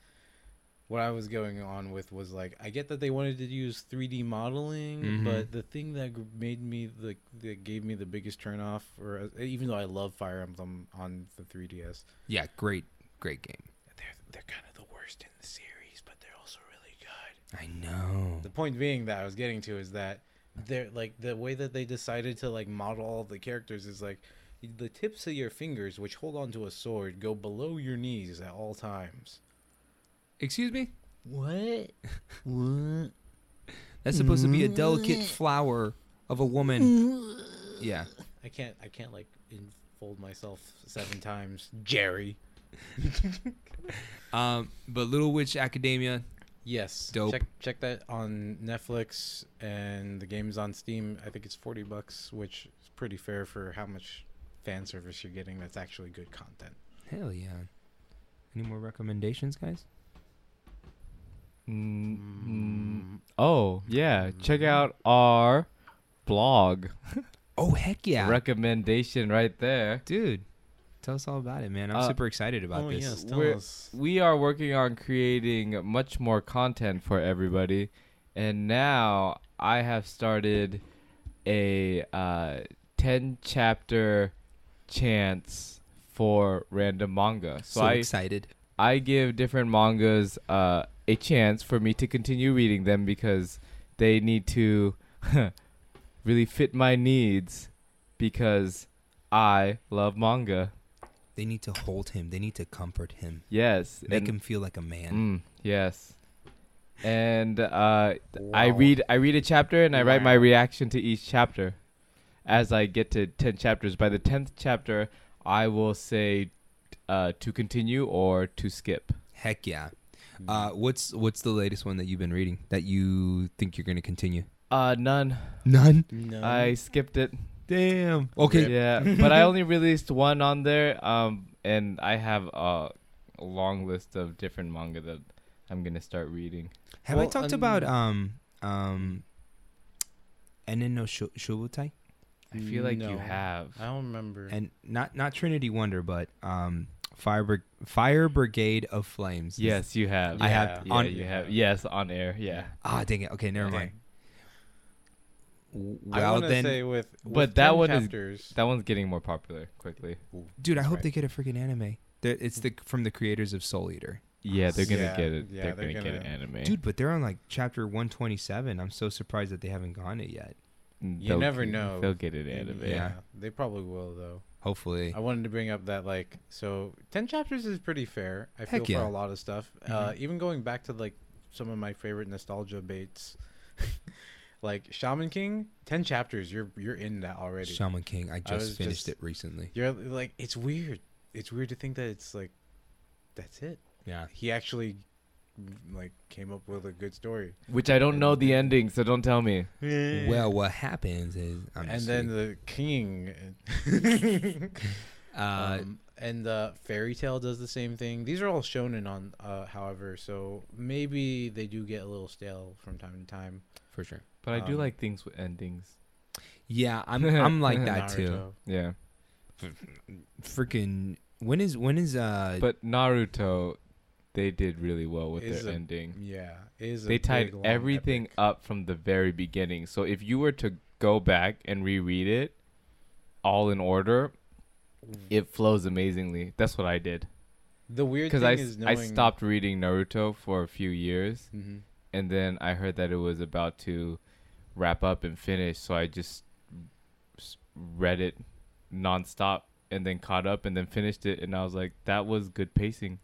S1: What I was going on with was like, I get that they wanted to use 3D modeling,
S3: Mm-hmm.
S2: Mhm.
S1: but the thing that gr- made me the that gave me the biggest turnoff, or uh, even though I love Fire Emblem on the 3DS,
S2: Yeah, great great game.
S1: they're they're kind of the worst in the series, but they're also really good.
S2: I know.
S1: The point being that I was getting to is that they're like the way that they decided to like model all the characters is like the tips of your fingers, which hold onto a sword, go below your knees at all times.
S2: Excuse me?
S1: [LAUGHS] What? what?
S2: Mm-hmm. That's supposed to be a delicate flower of a woman. yeah.
S1: I can't. I can't like enfold myself seven times, Jerry.
S2: Um, but Little Witch Academia,
S1: Yes.
S2: Dope.
S1: Check check that on Netflix and the game's on Steam. I think it's forty bucks, which is pretty fair for how much fan service you're getting. That's actually good content.
S2: hell yeah. Any more recommendations, guys?
S3: Mm, mm. Oh yeah, check
S1: Mm.
S3: out our blog
S2: Oh heck yeah,
S3: recommendation right there.
S2: dude! Tell us all about it, man. I'm
S3: Uh,
S2: super excited about
S1: oh
S2: this.
S1: yes, tell
S3: We're-
S1: us.
S3: We are working on creating much more content for everybody, and now I have started a uh, ten chapter chance for random manga. So,
S2: So
S3: I
S2: excited.
S3: I give different mangas uh, a chance for me to continue reading them because they need to [LAUGHS] really fit my needs because I love manga.
S2: They need to hold him. They need to comfort him.
S3: Yes.
S2: Make
S3: and-
S2: him feel like a man.
S3: Mm, yes. And uh, I
S1: Wow.
S3: read I read a chapter and I write my
S1: Wow.
S3: reaction to each chapter as I get to 10 chapters. By the 10th chapter, I will say uh, to continue or to skip.
S2: Heck yeah. Uh, what's what's the latest one that you've been reading that you think you're gonna continue?
S3: Uh, none.
S2: None.
S1: No.
S3: I skipped it.
S2: Damn. Okay.
S3: Yeah, but I only released one on there, um, and I have a, a long list of different manga that I'm gonna start reading.
S2: Have I
S1: Well,
S2: talked
S1: um,
S2: about um um Enen no Sho- Shobutai?
S3: I feel like you
S1: No.
S3: have.
S1: I don't remember.
S2: And not not Trinity Wonder, but um Fire Brig- Fire Brigade of Flames.
S3: Yes, you have.
S2: I have
S3: Yeah,
S2: on-
S3: you have. Yes, on air. Yeah,
S2: Ah, dang it. Okay, never
S1: Okay.
S2: mind. W-
S1: I
S2: Well
S1: want to
S2: then,
S1: say with, with
S3: But that
S1: 10
S3: one is-
S1: chapters,
S3: that one's getting more popular quickly.
S2: dude, I
S1: that's
S2: hope
S1: right.
S2: they get a freaking anime. They're, it's the from the creators of Soul Eater,
S3: Yeah, they're gonna
S1: Yeah,
S3: get it.
S1: yeah,
S3: they're,
S1: they're
S3: gonna, get
S1: gonna-
S3: an anime.
S2: dude. But they're on like chapter 127. I'm so surprised that they haven't gone it yet.
S3: Mm,
S1: You
S3: they'll
S1: never
S3: get-
S1: know.
S3: They'll get it
S1: Yeah,
S3: anime.
S1: Yeah, they probably will though.
S2: Hopefully,
S1: I wanted to bring up that like so ten chapters is pretty fair. I feel
S2: Heck yeah. Mm-hmm.
S1: for a lot of stuff. Uh, even going back to like some of my favorite nostalgia baits, [LAUGHS] like Shaman King, ten chapters. You're you're in that already.
S2: Shaman King. I just
S1: was
S2: finished
S1: just-
S2: it recently.
S1: you're like it's weird. It's weird to think that it's like that's it.
S2: Yeah.
S1: He actually like came up with a good story.
S3: Which I don't
S1: And-
S3: know the ending, so don't tell me.
S1: Mm.
S2: Well, what happens is, I'm
S1: and
S2: just
S1: then
S2: kidding.
S1: the king. [LAUGHS]
S2: uh,
S1: um, and uh, fairy tale does the same thing. These are all shonen on, uh, however, so maybe they do get a little stale from time to time.
S2: for sure.
S3: But I do
S1: Um,
S3: like things with endings.
S2: Yeah, I'm I'm like that too.
S1: Naruto.
S3: Yeah.
S2: Freaking when is when is uh
S3: But Naruto, they did really well with
S1: Is
S3: their
S1: a-
S3: ending.
S1: Yeah, it is a
S3: they tied
S1: big, long
S3: everything
S1: epic.
S3: up from the very beginning. So if you were to go back and reread it all in order, it flows amazingly. That's what I did
S1: The weird
S3: because
S1: thing
S3: I,
S1: is
S3: s- I
S1: knowing.
S3: stopped reading Naruto for a few years,
S1: Mhm.
S3: and then I heard that it was about to wrap up and finish. So I just s- read it nonstop and then caught up and then finished it, and I was like, that was good pacing.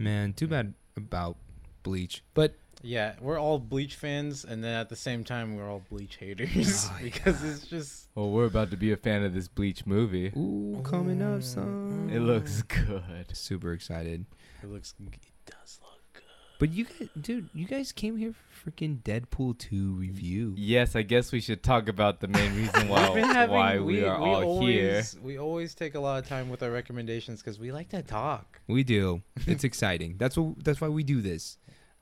S2: man? Too bad about Bleach, but
S1: Yeah, we're all Bleach fans, and then at the same time, we're all Bleach haters
S2: Oh,
S1: [LAUGHS] because it's just
S3: Well, we're about to be a fan of this Bleach movie.
S2: ooh, coming up son.
S3: It looks good.
S2: super excited.
S1: it looks it does look good.
S2: But you guys, dude, you guys came here for freaking Deadpool two review.
S3: Yes, I guess we should talk about the main reason
S1: [LAUGHS]
S3: why,
S1: We've been having-
S3: why we, are all here.
S1: always, We always take a lot of time with our recommendations because we like to talk. [LAUGHS]
S2: We do. It's exciting. That's what. That's why we do this.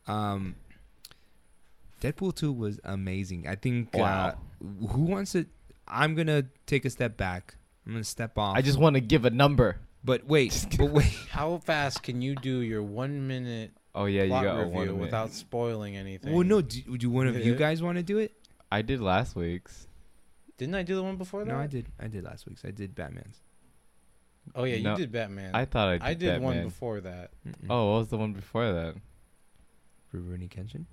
S2: Um, Deadpool two was amazing. I think.
S3: Wow.
S2: Uh, who wants to? I'm gonna take a step back. I'm gonna step off.
S3: I just want to give a number.
S2: But wait.
S3: Just
S2: But
S1: [LAUGHS]
S2: wait.
S1: How fast can you do your one minute
S3: Oh yeah, you
S1: plot
S3: got a
S1: review
S3: one
S1: without spoiling anything?
S2: Well, no. Do, do one of you
S1: Yeah.
S2: guys want to do it?
S3: I did last week's.
S1: Didn't I do the one before that?
S2: No, I did. I did last week's. I did Batman's.
S1: Oh yeah,
S3: No,
S1: you did Batman.
S3: I thought I did,
S1: I did
S3: that,
S1: one
S3: man.
S1: before that.
S2: Mm-mm.
S3: Oh, what was the one before that?
S2: Rurouni Kenshin.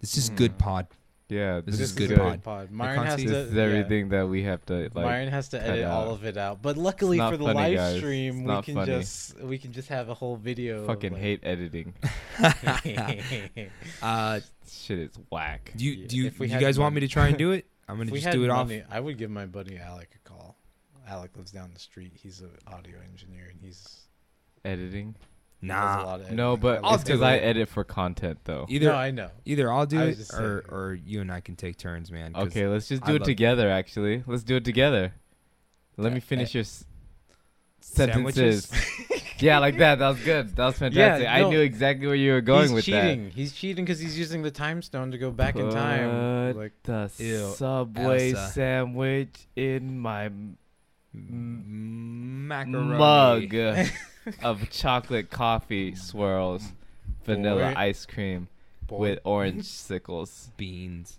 S2: This
S1: Hmm.
S2: is good
S3: Mm.
S2: pod.
S3: Yeah,
S2: This is good pod.
S1: Myron has
S2: see
S1: to.
S3: This is
S1: yeah.
S3: everything that we have to like.
S1: Myron has to
S3: cut
S1: edit all
S3: out.
S1: of it out. But luckily
S3: not
S1: for the
S3: funny,
S1: live
S3: guys.
S1: stream,
S3: It's
S1: we
S3: not
S1: can
S3: funny.
S1: just we can just have a whole video. of,
S3: Fucking
S1: like-
S3: hate editing. [LAUGHS]
S2: uh,
S1: [LAUGHS]
S3: Shit, it's whack.
S2: do you
S1: Yeah,
S2: Uh, do you,
S1: if we
S2: you
S1: had
S2: guys want me to try and do it?
S1: [LAUGHS]
S2: I'm gonna
S1: If we
S2: just
S1: had
S2: do it off.
S1: money, I would give my buddy Alec a call. Alec lives down the street. He's an audio engineer, and he's
S3: Editing.
S1: he does a
S2: Nah,
S1: lot of
S3: No,
S1: editing.
S3: but
S1: I
S3: it's
S1: like
S3: because
S1: to-
S3: I edit for content though.
S2: either
S1: No, I know.
S2: either I'll do
S1: I was
S2: it
S1: just saying.
S2: or or you and I can take turns, man. 'cause
S3: Okay, let's just
S2: I
S3: do it
S2: love-
S3: together. Actually, let's do it together. Let me
S1: eh.
S3: finish your s-
S2: sandwiches-
S3: sentences. yeah, like that. That was good.
S1: [LAUGHS]
S3: That was fantastic. I
S1: no.
S3: knew exactly where you were going
S1: he's
S3: with
S1: cheating. He's cheating because he's using the time stone to go back in time.
S3: Put-
S1: Like
S3: that. The
S2: Ew,
S3: Subway
S2: Elsa.
S3: sandwich in my m-
S2: M- macaroni.
S3: mug
S1: [LAUGHS]
S3: of chocolate coffee swirls, vanilla
S1: Boy.
S3: ice cream
S1: boy.
S3: with
S1: [LAUGHS]
S3: orange sickles.
S2: beans.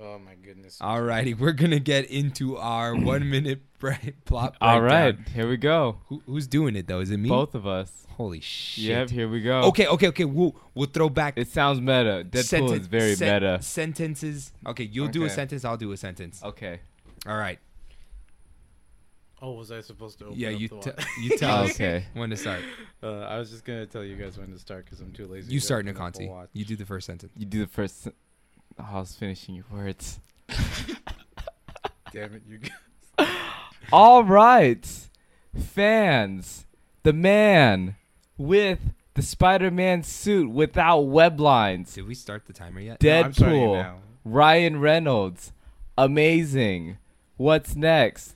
S1: oh my goodness.
S3: Uh,
S2: Alrighty, we're gonna get into
S3: [CLEARS THROAT]
S2: our one minute bre- [LAUGHS] plot.
S3: All right,
S2: breakdown.
S3: here we go.
S2: Who, who's doing it though? Is it me?
S3: Both of us.
S2: Holy shit.
S3: Yep, here we go.
S2: Okay, okay, okay. We'll we'll throw back.
S3: It sounds meta. Deadpool
S2: senten-
S3: is very
S2: sen-
S3: meta.
S2: Sentences. Okay, you'll do a
S3: Okay.
S2: sentence. I'll do a sentence.
S3: Okay.
S2: All right.
S1: Oh, was I supposed to? Open
S2: Yeah,
S1: up
S2: you
S1: the
S2: t-
S1: wa- [LAUGHS]
S2: you tell us
S3: okay.
S2: when to start.
S1: uh, I was just gonna tell you guys when to start because I'm too lazy.
S2: You
S1: to
S2: start,
S1: open up a
S2: Nikanti.
S1: watch.
S2: You do the first sentence.
S3: You do the first. sen- Oh, I was finishing your words.
S1: Damn it, you. g-
S3: All right, fans, the man with the Spider-Man suit without web lines,
S2: Did we start the timer yet?
S1: No, I'm starting it
S3: Deadpool.
S1: now.
S3: Ryan Reynolds, amazing. What's next?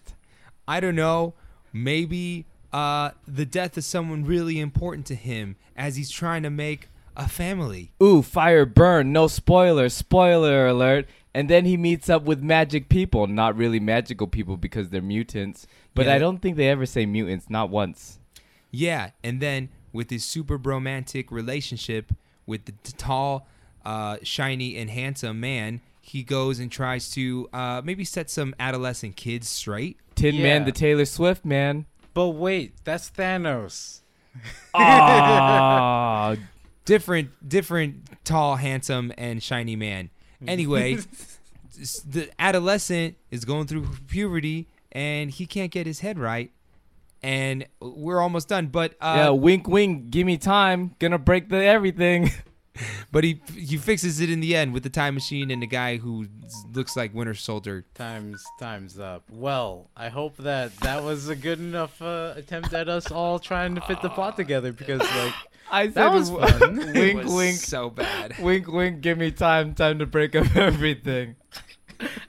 S2: I don't know. Maybe uh, the death of someone really important to him as he's trying to make a family.
S3: Ooh, fire, burn. No spoiler. Spoiler alert. And then he meets up with magic people. Not really magical people because they're mutants. But
S2: Yeah.
S3: I don't think they ever say mutants. Not once.
S2: Yeah, and then with his super bromantic relationship with the t- tall, uh, shiny, and handsome man, he goes and tries to uh, maybe set some adolescent kids straight.
S3: Tin Man,
S1: Yeah.
S3: the Taylor Swift [LAUGHS] man.
S1: But wait, that's Thanos.
S3: Ah,
S2: Different, different, tall, handsome, and shiny man.
S3: [LAUGHS]
S2: Anyway, s- the adolescent is going through puberty and he can't get his head right. And we're almost done, but uh,
S3: yeah. Wink, wink. Give me time. Gonna break the everything. [LAUGHS]
S2: but he he fixes it in the end with the time machine and the guy who s- looks like Winter Soldier
S1: Times, times up. Well, I hope that that was a good enough uh, attempt at us all trying to fit the plot together because, like,
S3: I
S1: [LAUGHS]
S3: said,
S1: that was
S3: w-
S1: fun.
S2: It
S3: [LAUGHS] wink,
S2: was
S3: wink,
S2: So bad.
S3: [LAUGHS] wink, wink. Give me time. Time to break up [LAUGHS] everything.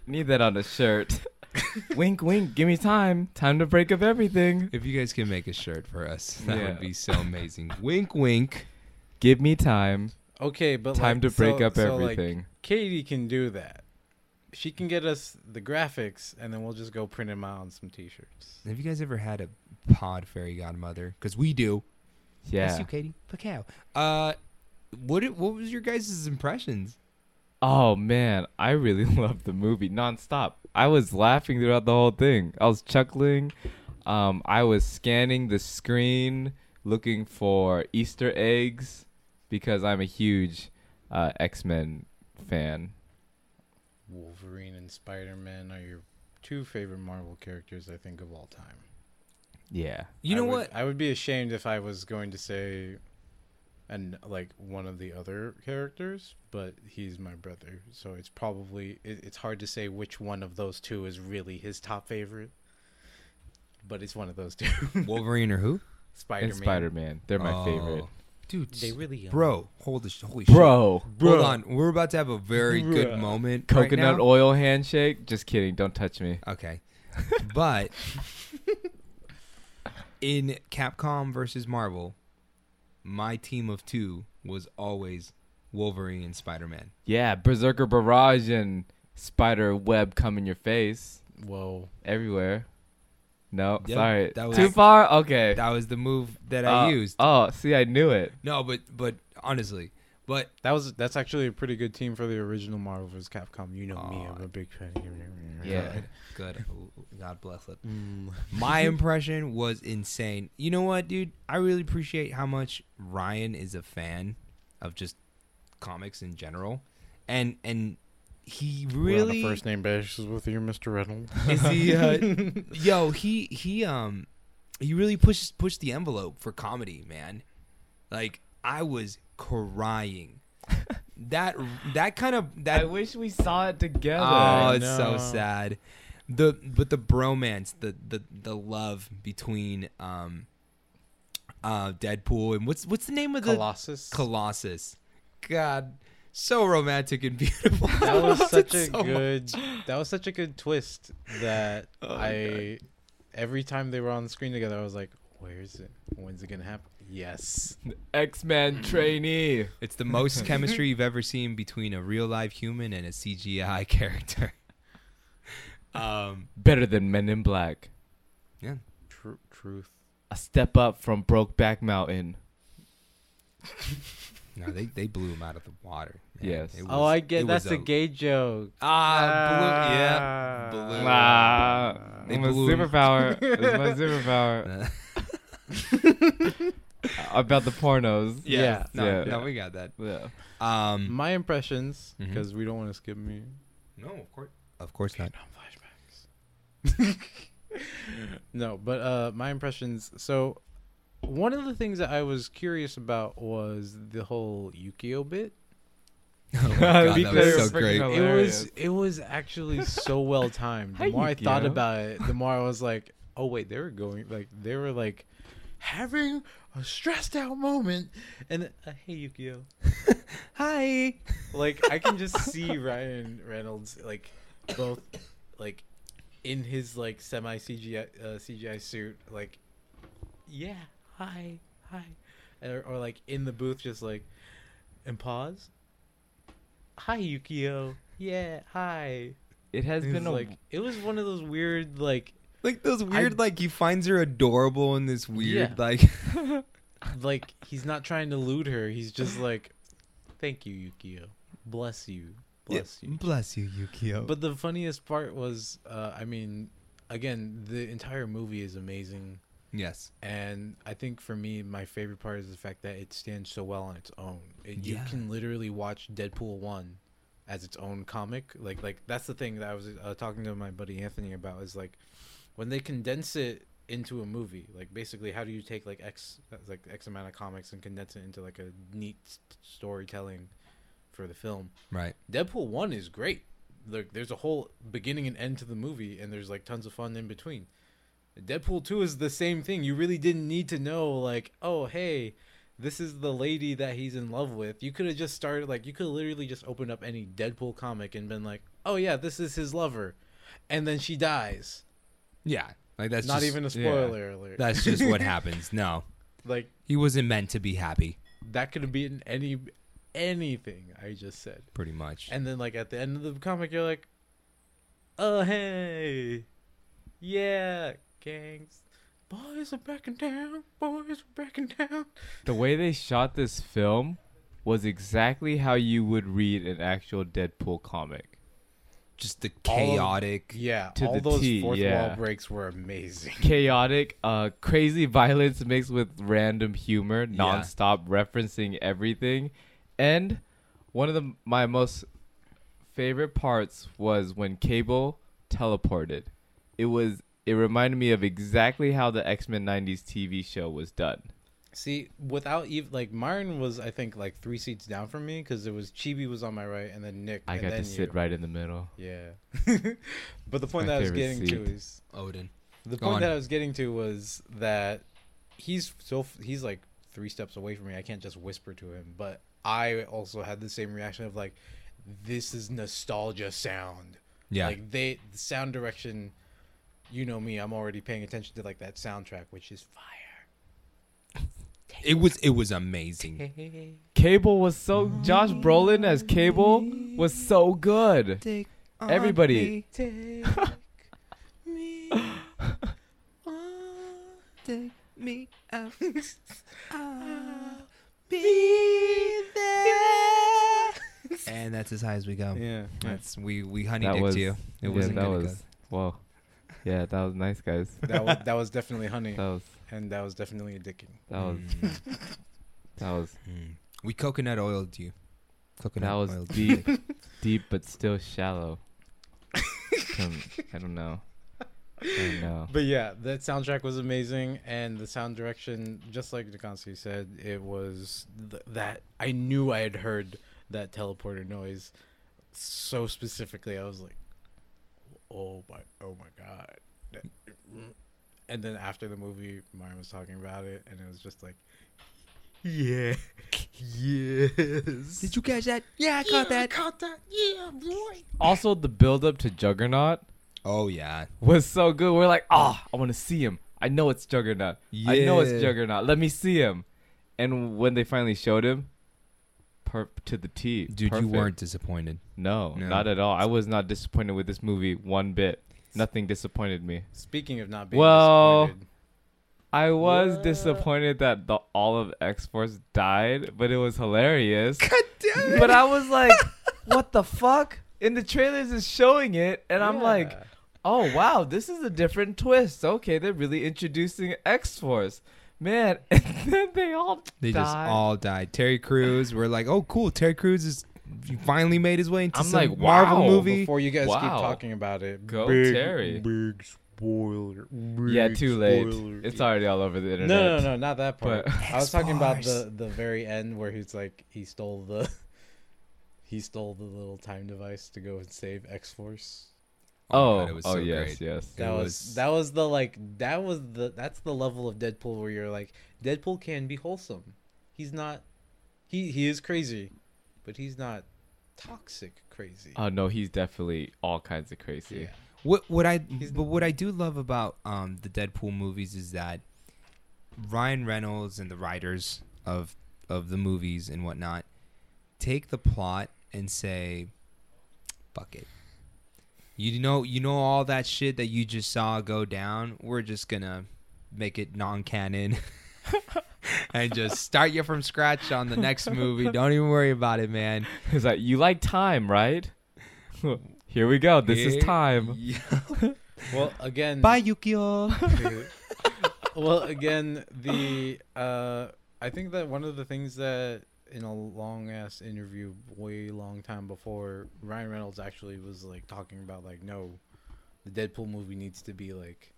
S3: Need that on a [LAUGHS] shirt. wink, wink. Give me time. Time to break up everything.
S2: If you guys can make a shirt for us, that
S3: Yeah.
S2: would be so amazing. wink, wink.
S3: Give me time.
S1: Okay, but
S3: Time
S1: like,
S3: to break
S1: so-
S3: up
S1: so, like,
S3: everything.
S1: Katie can do that. She can get us the graphics, and then we'll just go print them out on some T-shirts.
S2: Have you guys ever had a pod fairy godmother? Because we do. That's
S3: yeah.
S2: you, Katie. Pacquiao. Uh, what it, what was your guys' impressions?
S3: Oh man, I really [LAUGHS] loved the movie nonstop. I was laughing throughout the whole thing. I was chuckling. Um, I was scanning the screen looking for Easter eggs because I'm a huge uh, X Men fan.
S1: Wolverine and Spider-Man are your two favorite Marvel characters, I think, of all time.
S3: Yeah.
S2: You
S1: I
S2: know
S1: would-
S2: what?
S1: I would be ashamed if I was going to say, and like one of the other characters, but he's my brother, so it's probably it, it's hard to say which one of those two is really his top favorite. But it's one of those two, [LAUGHS]
S2: Wolverine or who?
S1: Spider-Man.
S3: And Spider Man, they're my favorite.
S2: Oh. Dude,
S1: They really are.
S2: bro, hold the sh- holy shit.
S3: Bro,
S2: Hold on, we're about to have a very good
S1: Bruh.
S2: moment. right
S3: coconut
S2: now.
S3: oil handshake. Just kidding. Don't touch me.
S2: Okay.
S3: [LAUGHS]
S2: But in Capcom versus Marvel, my team of two was always Wolverine and Spider Man.
S3: Yeah, Berserker Barrage and Spider Web come in your face.
S1: Whoa.
S3: everywhere. No,
S2: Yep,
S3: sorry,
S2: that was-
S3: too far. Okay,
S2: That was the move that I
S3: Uh,
S2: used.
S3: Oh, see, I knew it.
S2: No, but but honestly, but
S1: That was that's actually a pretty good team for the original Marvel vs. Capcom. You know me, I'm a big fan. [LAUGHS]
S3: Yeah.
S2: [LAUGHS] good. God bless it.
S1: Mm.
S2: My impression was insane. You know what, dude? I really appreciate how much Ryan is a fan of just comics in general, and and he really
S1: We're on a first name basis with you, Mr. Reynolds.
S2: [LAUGHS] is
S1: [LAUGHS]
S2: he uh, yo he he um he really pushes pushed
S1: [LAUGHS]
S2: the envelope for comedy man like i was crying that that kind of that
S3: I wish we saw it together.
S2: Oh,
S1: I
S2: it's so
S1: know.
S2: sad. The but the bromance, the the the love between um uh Deadpool and what's what's the name of the
S1: Colossus.
S2: Colossus. God, so romantic and [LAUGHS] beautiful. I
S1: that was
S2: loved
S1: such
S2: it
S1: a
S2: so much.
S1: good. That was such a good twist that
S2: [LAUGHS] Oh my
S1: I. Every time they were on the screen together, I was like, "Where is it? When's it gonna happen?" Yes.
S3: X Men trainee.
S2: It's
S1: [LAUGHS]
S2: the most chemistry you've ever seen between a real live human and a CGI [LAUGHS] character. um
S3: Better than Men in Black.
S2: yeah.
S1: Tru- truth.
S3: A step up from Brokeback Mountain.
S2: No, they, they blew him out of the water. man.
S3: Yes.
S2: It
S1: Oh,
S2: was-
S1: I
S2: it
S1: get. That's
S2: was
S1: a gay joke.
S2: Ah, blue, yeah. Blue.
S3: Ah,
S2: They
S3: I'm a
S2: blew him. [LAUGHS]
S3: superpower. it's my superpower.
S2: [LAUGHS]
S3: [LAUGHS] About the pornos.
S2: yeah.
S1: Yeah.
S2: No,
S3: Yeah.
S2: no, we got that.
S3: Yeah.
S2: Um
S1: My impressions,
S2: Mhm.
S1: because we don't want to skip me.
S2: No, of course. Of course not.
S1: No, but uh, my impressions. So, one of the things that I was curious about was the whole Yukio bit.
S2: [LAUGHS] Oh my God, that
S3: Because-
S2: was so great.
S3: freaking-
S1: It was
S3: Hilarious.
S1: it was actually so well timed.
S3: Hi,
S1: The more I thought
S3: Yukio.
S1: about it, the more I was like, oh wait, they were going like they were like having a stressed out moment, and uh, hey Yukio,
S2: Hi.
S1: like I can just see Ryan Reynolds like both like in his like semi CGI uh, CGI suit like yeah hi hi or, or like in the booth just like and pause hi Yukio yeah hi
S3: It has
S1: It's
S3: been a,
S1: like
S3: like
S1: it was one of those weird like
S2: Like those weird,
S1: I-
S2: like he finds her adorable in this weird,
S1: Yeah.
S2: [LAUGHS] like
S1: like he's not trying to elude her he's just like thank you Yukio bless you bless you
S2: bless you, Yukio.
S1: But the funniest part was, uh, I mean, again, the entire movie is amazing,
S2: yes,
S1: and I think for me, my favorite part is the fact that it stands so well on its own. It,
S2: Yeah.
S1: You can literally watch Deadpool one as its own comic. Like, like that's the thing that I was uh, talking to my buddy Anthony about is like when they condense it into a movie like basically how do you take like x like x amount of comics and condense it into like a neat s- storytelling for the film
S2: right.
S1: Deadpool one is great. Like there's a whole beginning and end to the movie, and there's like tons of fun in between. Deadpool two is the same thing. You really didn't need to know like, oh hey, this is the lady that he's in love with. You could have just started like you could have literally just opened up any Deadpool comic and been like, oh yeah, this is his lover, and then she dies.
S2: Yeah, like that's
S1: Not
S2: just,
S1: even a
S3: yeah.
S1: spoiler alert.
S2: That's just [LAUGHS]
S1: [LAUGHS]
S2: what happens. No,
S1: like
S2: he wasn't meant to be happy.
S1: that could have been any anything I just said.
S2: Pretty much.
S1: And then like at the end of the comic, you're like, "Oh hey, yeah, gangs, boys are backing down, boys are backing down."
S3: the way they shot this film was exactly how you would read an actual Deadpool comic.
S2: just the
S1: all of-
S2: chaotic.
S1: Yeah,
S3: To
S1: all
S3: the
S1: those
S3: T,
S1: fourth
S3: yeah.
S1: wall breaks were amazing. [LAUGHS]
S3: Chaotic, uh, crazy [LAUGHS] violence mixed with random humor, nonstop referencing everything, and one of the my most favorite parts was when Cable teleported. It was it reminded me of exactly how the X Men '90s TV show was done.
S1: See, without even like Myron was, I think like three seats down from me because it was Chibi was on my right, and then Nick.
S3: I
S1: and
S3: got
S1: then
S3: to sit
S1: you.
S3: right in the middle.
S1: Yeah, [LAUGHS] but the point
S3: my
S1: that I was
S3: favorite
S1: getting to
S3: seat.
S1: is
S2: Odin.
S1: The
S2: Go
S1: point
S2: on.
S1: that I was getting to was that he's so f- he's like three steps away from me. I can't just whisper to him, but I also had the same reaction of like, this is nostalgia sound.
S2: Yeah.
S1: Like they the sound direction. You know me. I'm already paying attention to like that soundtrack, which is fire.
S2: it was. It was amazing.
S3: Cable was so Josh Brolin as Cable was so good. Everybody.
S1: Take me on.
S2: take me out. [LAUGHS] And that's as high as we go.
S1: Yeah.
S2: That's we we honey
S3: That
S2: dicked
S3: was
S2: you. It
S3: yeah,
S2: wasn't
S3: that
S2: gonna
S3: was wow. Yeah, that was nice, guys.
S1: That was, that was
S2: [LAUGHS]
S1: definitely honey,
S3: That was
S1: and that was definitely addicting.
S3: that was
S2: go. Mm,
S3: that was
S2: mm. We coconut oiled you. Coconut
S3: that was
S2: oiled you. [LAUGHS]
S3: deep, deep but still shallow. Um, I don't know. I don't know.
S1: But yeah, that soundtrack was amazing, and the sound direction, just like Dukansky said, it was th- that I knew I had heard that teleporter noise so specifically. I was like, oh my, oh my god. That- And then after the movie, Martin was talking about it, and it was just like, yeah, yes.
S2: Did you catch that? Yeah, I caught that.
S1: caught that. Yeah, boy.
S3: Also, the build up to Juggernaut
S2: Oh yeah.
S3: was so good. We're like, ah, I want to see him. I know it's Juggernaut. I know it's
S2: Yeah.
S3: Juggernaut. Let me see him. And when they finally showed him, per- to the T.
S2: Dude,
S3: perfect.
S2: you weren't disappointed.
S3: No,
S2: No.
S3: not at all. I was not disappointed with this movie one bit. Nothing disappointed me.
S1: Speaking of not being
S3: Well,
S1: disappointed,
S3: I was disappointed that the all of X Force died, but it was
S2: [LAUGHS]
S3: hilarious.
S2: God damn
S3: but I was
S2: [LAUGHS]
S3: like, what the fuck? And the trailers is showing it, and I'm like,
S1: Yeah.
S3: oh wow, this is a different twist. Okay, they're really introducing X Force, man. [LAUGHS] And then they all
S2: They
S3: die.
S2: just all died. Terry Crews. We're like, oh cool, Terry Crews is finally made his way into
S3: I'm
S2: some
S3: like,
S2: Marvel
S3: wow,
S2: movie.
S1: before you guys keep
S3: Wow.
S1: talking about it,
S3: Go
S1: big,
S3: Terry.
S1: Big spoiler. Big
S3: yeah, too late.
S1: spoiler.
S3: It's already all over the internet.
S1: No, no, no, not that part.
S3: But-
S1: I was talking about the
S2: Xbox.
S1: the very end where he's like he stole the [LAUGHS] he stole the little time device to go and save X Force.
S3: Oh,
S2: my
S3: oh,
S2: God, it was so
S3: yes,
S2: great.
S3: yes.
S1: That
S2: It
S1: was,
S2: was-
S1: that was the like that was the that's the level of Deadpool where you're like Deadpool can be wholesome. He's not he he is crazy, but he's not toxic crazy.
S3: Oh no, he's definitely all kinds of crazy.
S1: yeah.
S3: [LAUGHS]
S2: What what I but what I do love about um, the Deadpool movies is that Ryan Reynolds and the writers of of the movies and whatnot take the plot and say, "Fuck it." You know, you know all that shit that you just saw go down. We're just gonna make it non-canon [LAUGHS] and just start you from scratch on the next
S3: [LAUGHS]
S2: movie. Don't even worry about it, man.
S3: He's like, you like time, right? [LAUGHS] Here we go. This
S2: Yeah.
S3: is time.
S1: Well, again,
S2: [LAUGHS] Bye, Yukio.
S1: [LAUGHS] well, again, the uh, I think that one of the things that in a long ass interview, way long time before, Ryan Reynolds actually was like talking about like, no, the Deadpool movie needs to be like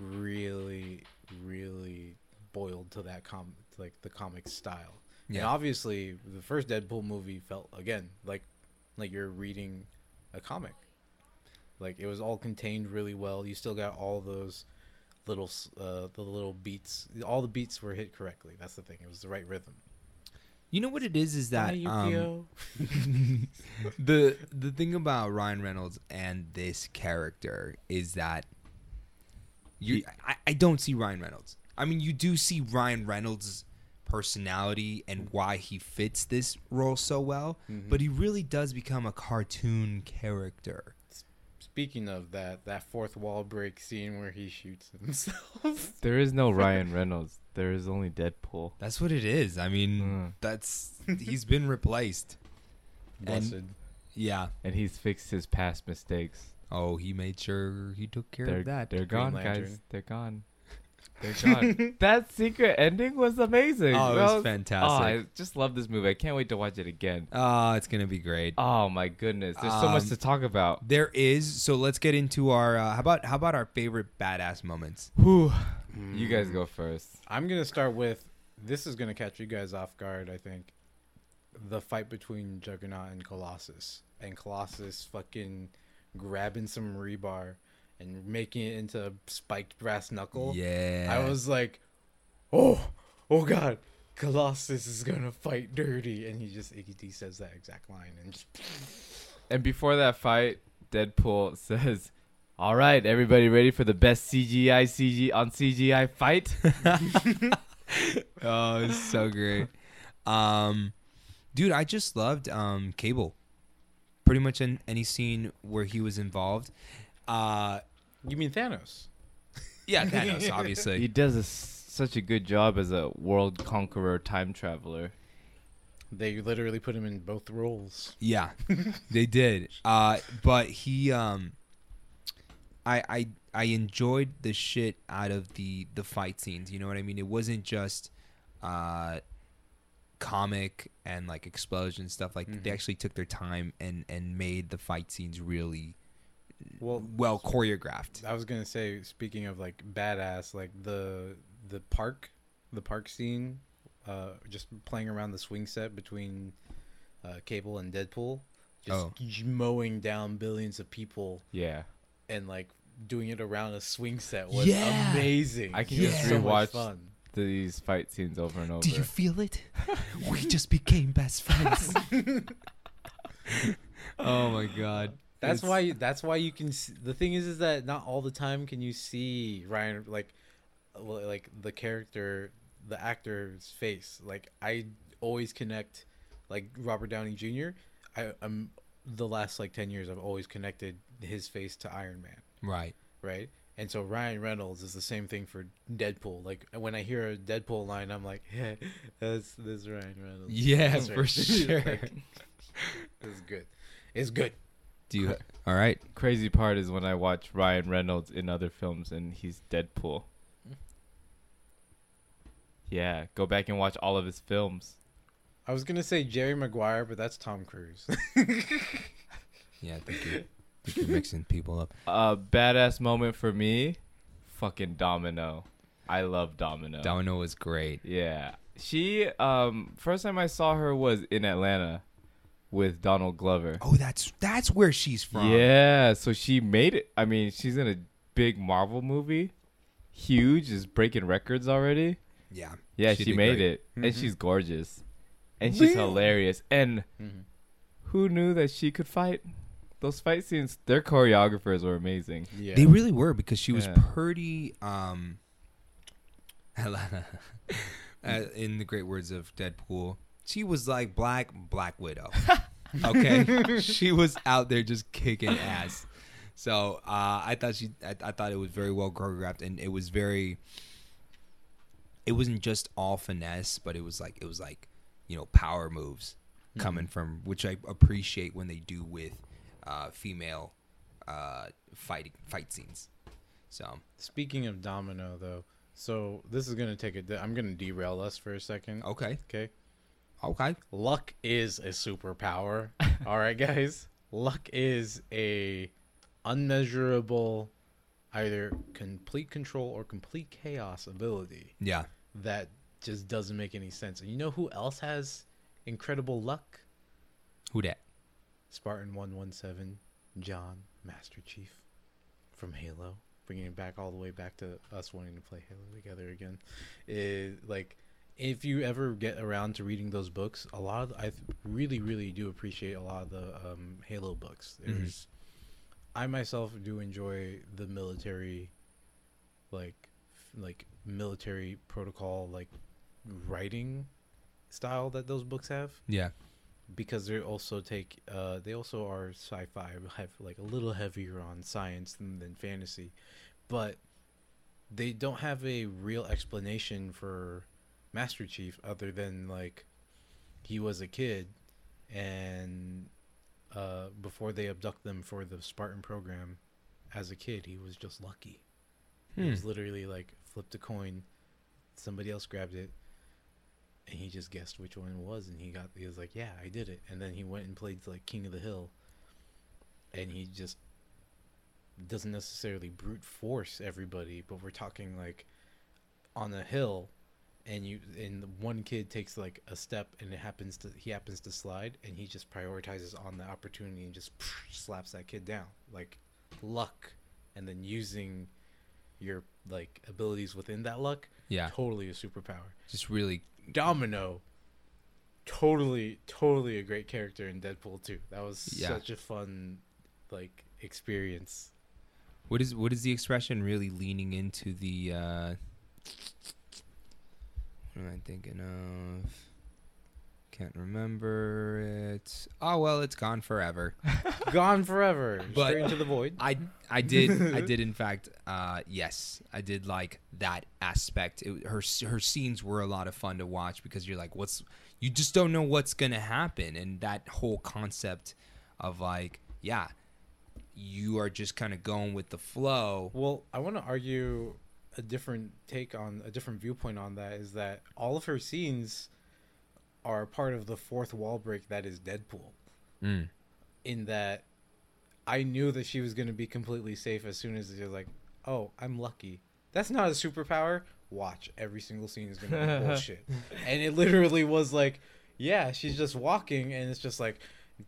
S1: really, really boiled to that com like the comic style. And
S2: Yeah.
S1: obviously, the first Deadpool movie felt again like like you're reading a comic. Like it was all contained really well. You still got all those little s- uh, the little beats. All the beats were hit correctly. That's the thing. It was the right rhythm.
S2: You know what it is is that
S1: Hi,
S2: um,
S1: Yukio.
S2: the the thing about Ryan Reynolds and this character is that you I, I don't see Ryan Reynolds. I mean, you do see Ryan Reynolds' personality and why he fits this role so well,
S3: Mm-hmm.
S2: but he really does become a cartoon character.
S1: [LAUGHS] Speaking of that, that fourth wall break scene where he shoots [LAUGHS] himself.
S3: There
S2: [LAUGHS]
S3: is no Ryan Reynolds. There is only Deadpool.
S2: That's what it is. I mean,
S3: Mm. [LAUGHS]
S2: that's he's been replaced.
S1: Blessed.
S2: Yeah.
S3: And he's fixed his past mistakes.
S2: Oh, he made sure he took care
S3: They're,
S2: of that.
S3: they're gone, guys.
S1: Lantern.
S2: [LAUGHS]
S3: They're gone. They're gone. that secret ending was amazing.
S2: Oh, it
S3: That
S2: was
S3: Oh, I
S2: fantastic.
S3: just love this movie. I can't wait to watch it again.
S2: Oh, it's gonna be great.
S3: Oh my goodness. There's so much
S2: Um,
S3: to talk about.
S2: There is. So let's get into our uh, how about how about our favorite badass moments?
S3: Whew. You
S2: mm.
S3: guys go first.
S1: I'm gonna start with this is gonna catch you guys off guard. I think the fight between Juggernaut and Colossus, and Colossus fucking grabbing some rebar and making it into a spiked brass knuckle.
S2: Yeah.
S1: I was like, oh, oh god, Colossus is gonna fight dirty, and he just Iggy D says that exact line, and just
S3: And before that fight, Deadpool [LAUGHS] says, "All right, everybody, ready for the best CGI CG on
S2: [LAUGHS]
S3: CGI fight?"
S2: [LAUGHS] Oh, it's so great. Um, dude, I just loved um Cable. Pretty much in any scene where he was involved. Uh,
S1: you mean Thanos?
S2: yeah, Thanos
S3: he
S2: obviously.
S3: does a s such a good job as a world conqueror, time traveler.
S1: They literally put him in both roles.
S2: Yeah, they did. Uh, but he um, I I I enjoyed the shit out of the the fight scenes. You know what I mean? It wasn't just uh comic and like explosion stuff like
S1: Mm-hmm.
S2: that. they actually took their time and and made the fight scenes really
S1: Well,
S2: well choreographed
S1: I was gonna say, speaking of like badass, like the the park, the park scene, uh, just playing around the swing set between uh, uh, Cable and Deadpool just
S2: Oh.
S1: j- mowing down billions of people
S3: Yeah,
S1: and like doing it around a swing set was
S2: Yeah.
S1: amazing.
S3: I can
S1: It was
S2: just
S1: so much
S3: rewatch
S1: fun.
S3: these fight scenes over and over.
S2: Do you feel
S1: [LAUGHS]
S2: it? we just became best friends. [LAUGHS] oh my god.
S1: That's
S2: It's-
S1: why. you- That's why you can. See, the thing is, is that not all the time can you see Ryan like, uh, li- like the character, the actor's face. Like I always connect, like Robert Downey Jr. I, I'm the last like ten years. I've always connected his face to Iron Man,
S2: Right.
S1: right? And so Ryan Reynolds is the same thing for Deadpool. Like when I hear a Deadpool line, I'm like, [LAUGHS] yeah, that's that's Ryan Reynolds.
S2: Yeah,
S1: That's
S2: for
S1: right.
S2: sure.
S1: [LAUGHS] Like, it's good. It's good.
S2: Do you All right.
S3: Crazy part is when I watch Ryan Reynolds in other films and he's Deadpool. Yeah, go back and watch all of his films.
S1: I was gonna say Jerry Maguire, but that's Tom Cruise. [LAUGHS]
S2: Yeah, I think you're, I think you're mixing people up.
S3: A badass moment for me, fucking Domino. I love Domino.
S2: Domino was great.
S3: yeah, she. Um, first time I saw her was in Atlanta, with Donald Glover.
S2: Oh, that's that's where she's from.
S3: Yeah, so she made it. I mean, she's in a big Marvel movie, huge, is breaking records already.
S2: Yeah.
S3: Yeah,
S2: She
S3: she, Mm-hmm.
S2: did
S3: made
S2: great.
S3: it, and she's gorgeous, and she's
S1: Damn.
S3: hilarious. And who knew that she could fight? Those fight scenes, their choreographers were amazing.
S1: yeah.
S2: They really were because she was
S3: Yeah.
S2: pretty um [LAUGHS] uh, in the great words of Deadpool. She was like black black widow. okay? she was out there just kicking ass. So, uh I thought she I, I thought it was very well choreographed and it was very it wasn't just all finesse, but it was like it was like, you know, power moves coming from which I appreciate when they do with uh female uh fighting fight scenes. So
S1: Speaking of Domino, though, so this is gonna take a. di- I'm gonna derail us for a second.
S2: okay.
S1: Okay.
S2: Okay.
S1: Luck is a superpower. [LAUGHS] All right, guys. Luck is a unmeasurable, either complete control or complete chaos ability
S2: Yeah.
S1: that just doesn't make any sense. And you know who else has incredible luck?
S2: Who that?
S1: Spartan 117, John, Master Chief from Halo, bringing it back all the way back to us wanting to play Halo together again. Is like if you ever get around to reading those books, a lot of the- I th- really really do appreciate a lot of the um, Halo books. There's I myself do enjoy the military like f- like military protocol like writing style that those books have
S2: Yeah.
S1: because they also take uh they also are sci-fi [LAUGHS] have like a little heavier on science than, than fantasy but they don't have a real explanation for master chief other than like he was a kid and uh before they abduct them for the spartan program as a kid he was just lucky he
S2: Hmm.
S1: was literally like flipped a coin somebody else grabbed it and he just guessed which one it was and he got he was like yeah i did it and then he went and played like king of the hill and he just doesn't necessarily brute force everybody but we're talking like on a hill and you and one kid takes like a step and it happens to he happens to slide and he just prioritizes on the opportunity and just slaps that kid down like luck and then using your like abilities within that luck
S2: Yeah.
S1: totally a superpower
S2: Just really
S1: Domino, totally, totally a great character in Deadpool 2. That was
S2: Yeah.
S1: such a fun, like, experience.
S2: what is what is the expression really leaning into the uh what am I thinking of? Can't remember it. Oh well, it's gone forever.
S1: Gone forever,
S2: But-
S1: straight into the void.
S2: I I did I did in fact uh yes I did like that aspect it, her her scenes were a lot of fun to watch because you're like what's you just don't know what's gonna happen and that whole concept of like yeah you are just kind of going with the flow
S1: Well, I want to argue a different take on a different viewpoint on that is that all of her scenes are part of the fourth wall break that is Deadpool.
S2: Mm.
S1: In that, I knew that she was going to be completely safe as soon as it was like, oh, I'm lucky. That's not a superpower. Watch every single scene is going to be bullshit, and it literally was like. Yeah, she's just walking, and it's just like,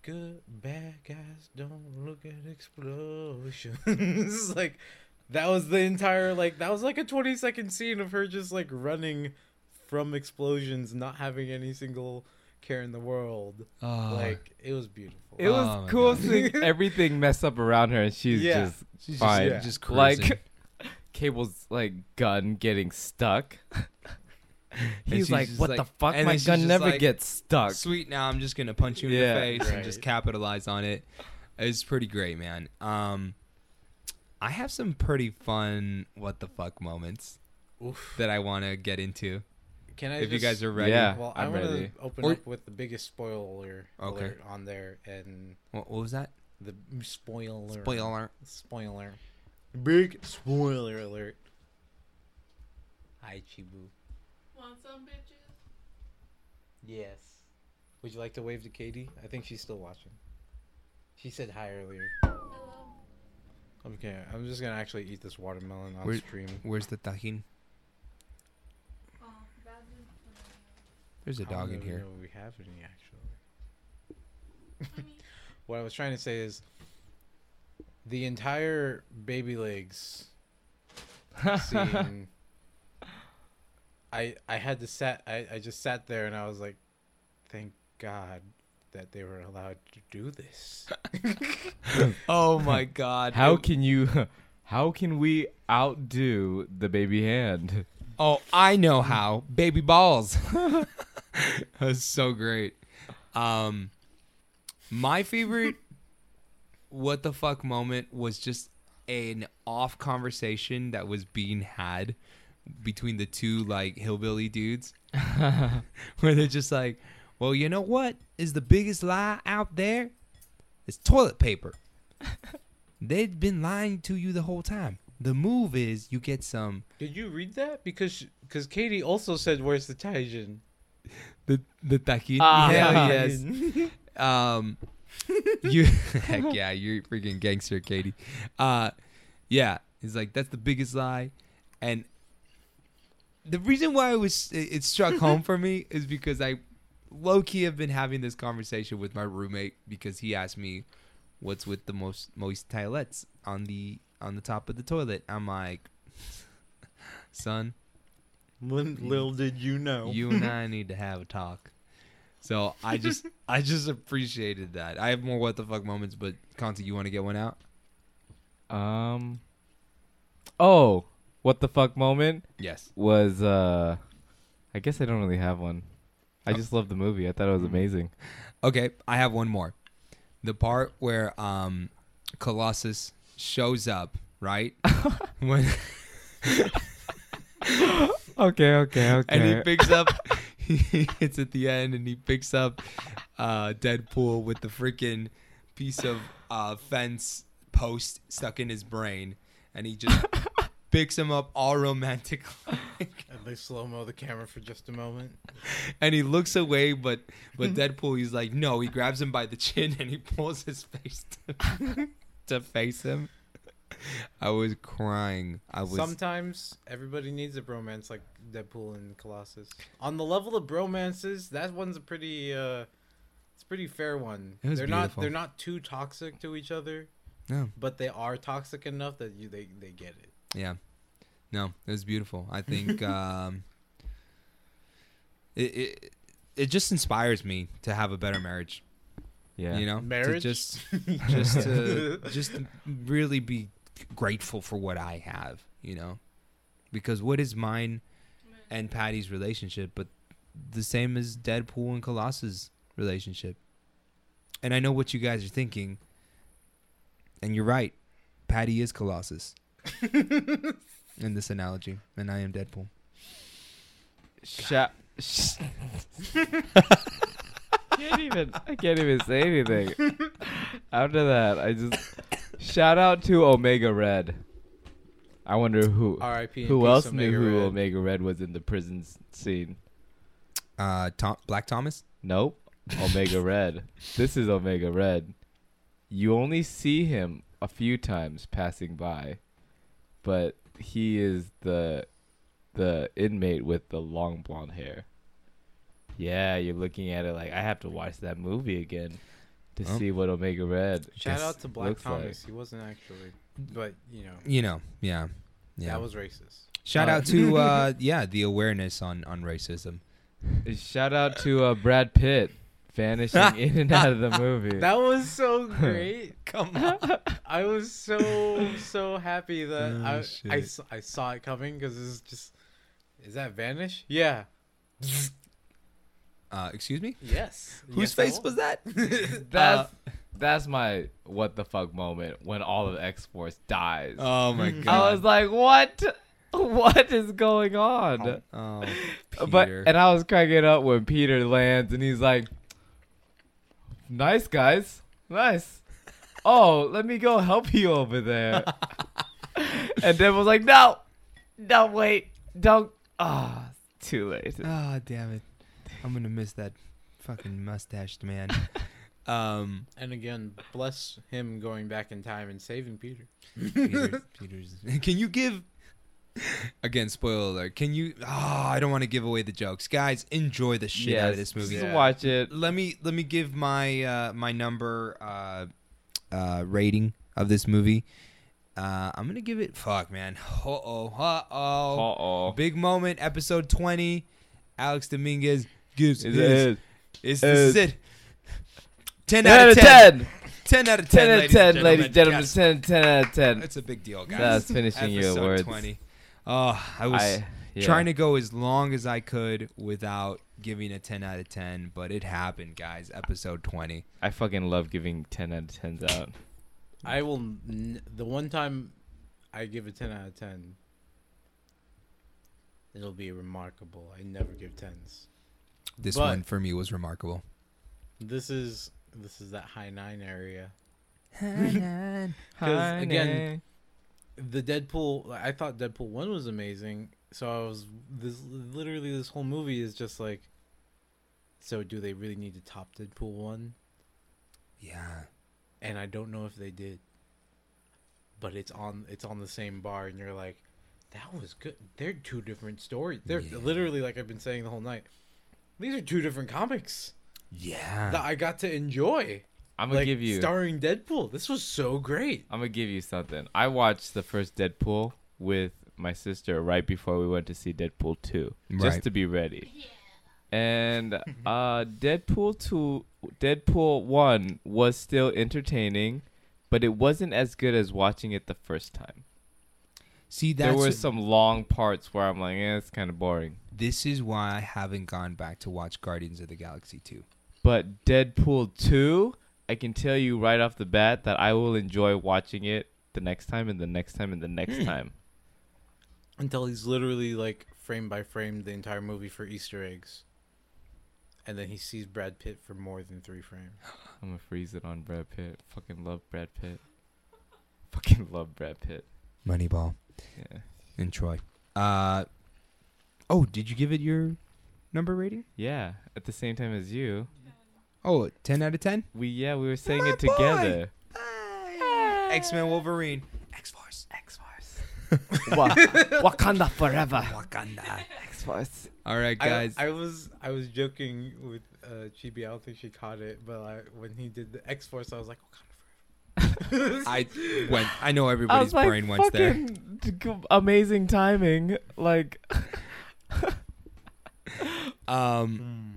S1: good bad guys don't look at explosions. [LAUGHS] it's like that was the entire like that was like a twenty second scene of her just like running from explosions, not having any single care in the world.
S2: Ah.
S1: Like it was beautiful.
S3: It
S2: Oh
S3: was
S2: my
S3: cool
S1: God.
S3: [LAUGHS] seeing everything mess up around her, and she's
S1: Yeah.
S3: just
S2: She's just,
S3: fine.
S1: yeah.
S2: just cruising.
S3: Like, Cable's like gun getting [LAUGHS] stuck. He's
S2: she's
S3: like,
S2: just
S3: "What
S2: like-
S3: the fuck?
S2: and then
S3: My
S2: she's
S3: gun
S2: just
S3: never
S2: like,
S3: gets stuck."
S2: sweet now i'm just gonna punch you in
S3: Yeah.
S2: the face and just
S1: Right.
S2: capitalize on it it's pretty great man um i have some pretty fun what the fuck moments
S1: Oof.
S2: that i want to get into
S1: Can I?
S2: if you
S1: just-
S2: guys are ready
S3: Yeah.
S1: Well,
S3: I'm
S1: I'm gonna
S3: ready.
S1: open
S2: Or-
S1: up with the biggest spoiler
S2: Okay.
S1: alert on there and
S2: what, what was that
S1: the spoiler
S2: spoiler
S1: spoiler big spoiler alert. Hi Chibu.
S4: Want some bitches?
S1: Yes. Would you like to wave to Katie? I think she's still watching. She said hi earlier.
S4: Hello.
S1: Okay, I'm just gonna actually eat this watermelon on
S2: Wait.
S1: stream.
S2: where's the tahin
S4: Oh, bad news.
S2: there's a
S1: How
S2: dog
S1: do
S2: in
S1: we
S2: here
S1: know we have any actually.
S4: Honey,
S1: What I was trying to say is, the entire baby
S2: [LAUGHS]
S1: legs scene. I I had to sat I, I just sat there and I was like, thank God that they were allowed to do
S2: [LAUGHS]
S1: this.
S2: oh my god
S3: How
S2: It-
S3: can [LAUGHS] you? How can we outdo the baby hand?
S2: oh i know how baby balls [LAUGHS] that's so great um my favorite what the fuck moment was just an off conversation that was being had between the two like hillbilly dudes where they're just like well you know what is the biggest lie out there it's toilet paper they've been lying to you the whole time the move is you get some
S1: Did you read that? Because because Katie also said, "Where's the Taijin?"
S2: the the taquito
S3: Ah.
S2: Hell
S3: Yeah.
S2: yes
S3: [LAUGHS]
S2: Um, you [LAUGHS] heck yeah, you're freaking gangster, Katie. Uh, yeah, he's like that's the biggest lie, and the reason why it was it, it
S3: [LAUGHS]
S2: struck home for me is because I low key have been having this conversation with my roommate because he asked me what's with the most moist toilets on the on the top of the toilet. I'm like, [LAUGHS] son, Mm-hmm.
S1: little did you know.
S2: you and I need to have a talk. So I just I just appreciated that. I have more what the fuck moments, but Conti, you want to get one out?
S3: Um. Oh, what the fuck moment
S2: Yes.
S3: was? Uh, I guess I don't really have one. I just love the movie. I thought it was amazing.
S2: Okay, I have one more. The part where um Colossus shows up, right? when
S3: [LAUGHS] Okay, okay, okay.
S2: and he picks up it's at the end and he picks up uh Deadpool with the freaking piece of uh fence post stuck in his brain and he just picks him up all romantic
S1: And they slow mo the camera for just a moment.
S2: and he looks away, but but Deadpool, he's like, no. He grabs him by the chin and he pulls his face to, [LAUGHS] to face him. I was crying. I was.
S1: Sometimes everybody needs a bromance like Deadpool and Colossus. On the level of bromances, that one's a pretty uh it's a pretty fair one.
S2: It was
S1: they're
S2: beautiful.
S1: not they're not too toxic to each other,
S2: no,
S1: but they are toxic enough that you they, they get it.
S2: yeah, no. It was beautiful. I think um, it, it it just inspires me to have a better marriage.
S3: yeah.
S2: You know, Oh, To
S1: Marriage?
S2: just [LAUGHS] just
S1: [LAUGHS]
S2: to just to really be grateful for what I have. You know, because what is mine and Patty's relationship, but the same as Deadpool and Colossus' relationship. And I know what you guys are thinking, and you're right. Patty is
S1: [LAUGHS]
S2: Colossus in this analogy, and I am Deadpool.
S3: Sha- sh- [LAUGHS] can't even. I can't even say anything. After that, I just shout out to Omega Red. I wonder who
S1: R.I.P.
S3: who else knew who
S1: Red.
S3: Omega Red was in the prison s- scene.
S2: Uh, Tom, Black Thomas.
S3: Nope, Omega Red. This is Omega Red. You only see him a few times passing by, but he is the the inmate with the long blonde hair. Yeah, you're looking at it like I have to watch that movie again to
S2: Oh.
S3: see what Omega Red.
S1: Shout
S2: Yes,
S1: out to Black
S3: looks like.
S1: Thomas. He wasn't actually, but you know,
S2: You know, yeah, yeah.
S1: that was racist.
S2: Shout
S3: Uh,
S1: [LAUGHS]
S2: out to uh, yeah the awareness on on racism.
S3: Shout out to uh, Brad Pitt vanishing in and out of
S1: [LAUGHS]
S3: the movie.
S1: That was
S2: [LAUGHS]
S1: so great. Come on. I was so so happy that
S2: Oh,
S1: I, I
S2: shit.
S1: s- I saw it coming because it's just is that vanish? Yeah.
S2: Uh, excuse me.
S1: Yes.
S2: Whose face was that?
S3: [LAUGHS]
S1: [LAUGHS]
S3: that's that's my what the fuck moment when all of X Force dies.
S2: oh my
S3: I
S2: god.
S3: was like, what? [LAUGHS] What is going on?
S2: oh,
S3: But
S2: Peter.
S3: and I was cracking up when Peter lands and he's like, "Nice guys, nice. Oh, let me go help you
S2: [LAUGHS]
S3: over there." and then was like, "No, no, wait, don't." Ah, too late.
S2: Ah, damn it. I'm gonna miss that fucking mustached man. Um,
S1: And again, bless him going back in time and saving Peter.
S2: Peter, Peter's. Can you give? Again, spoiler alert. Can you? Ah, I don't want to give away the jokes, guys. Enjoy the shit out of this movie.
S3: Just
S1: Yeah.
S3: watch it.
S2: Let me let me give my uh, my number uh, uh, rating of this movie. Uh, I'm gonna give it. Fuck, man. Uh oh. Uh
S3: Uh
S2: oh.
S3: oh.
S2: Big moment. Episode 20. Alex Dominguez gives
S3: It
S2: this
S3: is
S2: It's
S3: Uh,
S2: the Sid. 10
S3: ten out of ten.
S2: 10 out of 10.
S3: Ten out of ten, ladies and gentlemen.
S2: Yes.
S3: Ten, ten out of ten.
S2: That's a big deal, guys.
S3: That's finishing your
S2: Episode
S3: words.
S2: 20. Oh, I was
S3: I- yeah.
S2: trying to go as long as I could without giving a 10 out of 10, but it happened, guys. Episode 20.
S3: I fucking love giving ten out of tens out.
S1: I will. N- the one time I give a 10 out of 10, it'll be remarkable. I never give 10s.
S2: This
S1: But-
S2: one for me was remarkable.
S1: This is this is that high nine area. Because, again, The Deadpool. I thought Deadpool one was amazing. So I was this literally this whole movie is just like. So do they really need to top Deadpool one?
S2: Yeah.
S1: And I don't know if they did. But it's on it's on the same bar, and you're like, that was good. They're two different stories. They're
S2: Yeah.
S1: literally like I've been saying the whole night. These are two different comics that
S2: Yeah.
S1: I got to enjoy.
S3: I'm gonna
S1: like,
S3: give you.
S1: starring Deadpool. This was so great.
S3: I'm gonna give you something. I watched the first Deadpool with my sister right before we went to see Deadpool 2,
S2: Right.
S3: just to be ready. And uh, Deadpool 2, Deadpool 1 was still entertaining, but it wasn't as good as watching it the first time.
S2: See,
S3: there were
S2: that's
S3: some long parts where I'm like, eh, it's kind of boring.
S2: this is why I haven't gone back to watch Guardians of the Galaxy 2.
S3: But Deadpool 2, I can tell you right off the bat that I will enjoy watching it the next time and the next time and the [CLEARS THROAT] next time.
S1: until he's literally like frame by frame the entire movie for Easter eggs, and then he sees Brad Pitt for more than three frames.
S3: I'm gonna freeze it on Brad Pitt. Fucking love Brad Pitt. [LAUGHS] Fucking love Brad Pitt.
S2: Moneyball.
S3: Yeah.
S2: and Troy. Uh, oh, did you give it your number rating?
S3: Yeah. At the same time as you,
S2: Oh, 10 out of 10?
S3: we yeah we were saying
S2: My
S3: it together.
S2: X Men Wolverine. X Force.
S3: X Force. [LAUGHS] Wakanda forever.
S2: Wakanda.
S3: X Force.
S2: Ah. All right, [LAUGHS] guys.
S1: I, I was I was joking with uh, Chibi. I don't think she caught it, but I, when he did the X Force, I was like, [LAUGHS]
S2: I, went. I know everybody's brain went there.
S3: [LAUGHS] amazing timing. Like
S2: Um,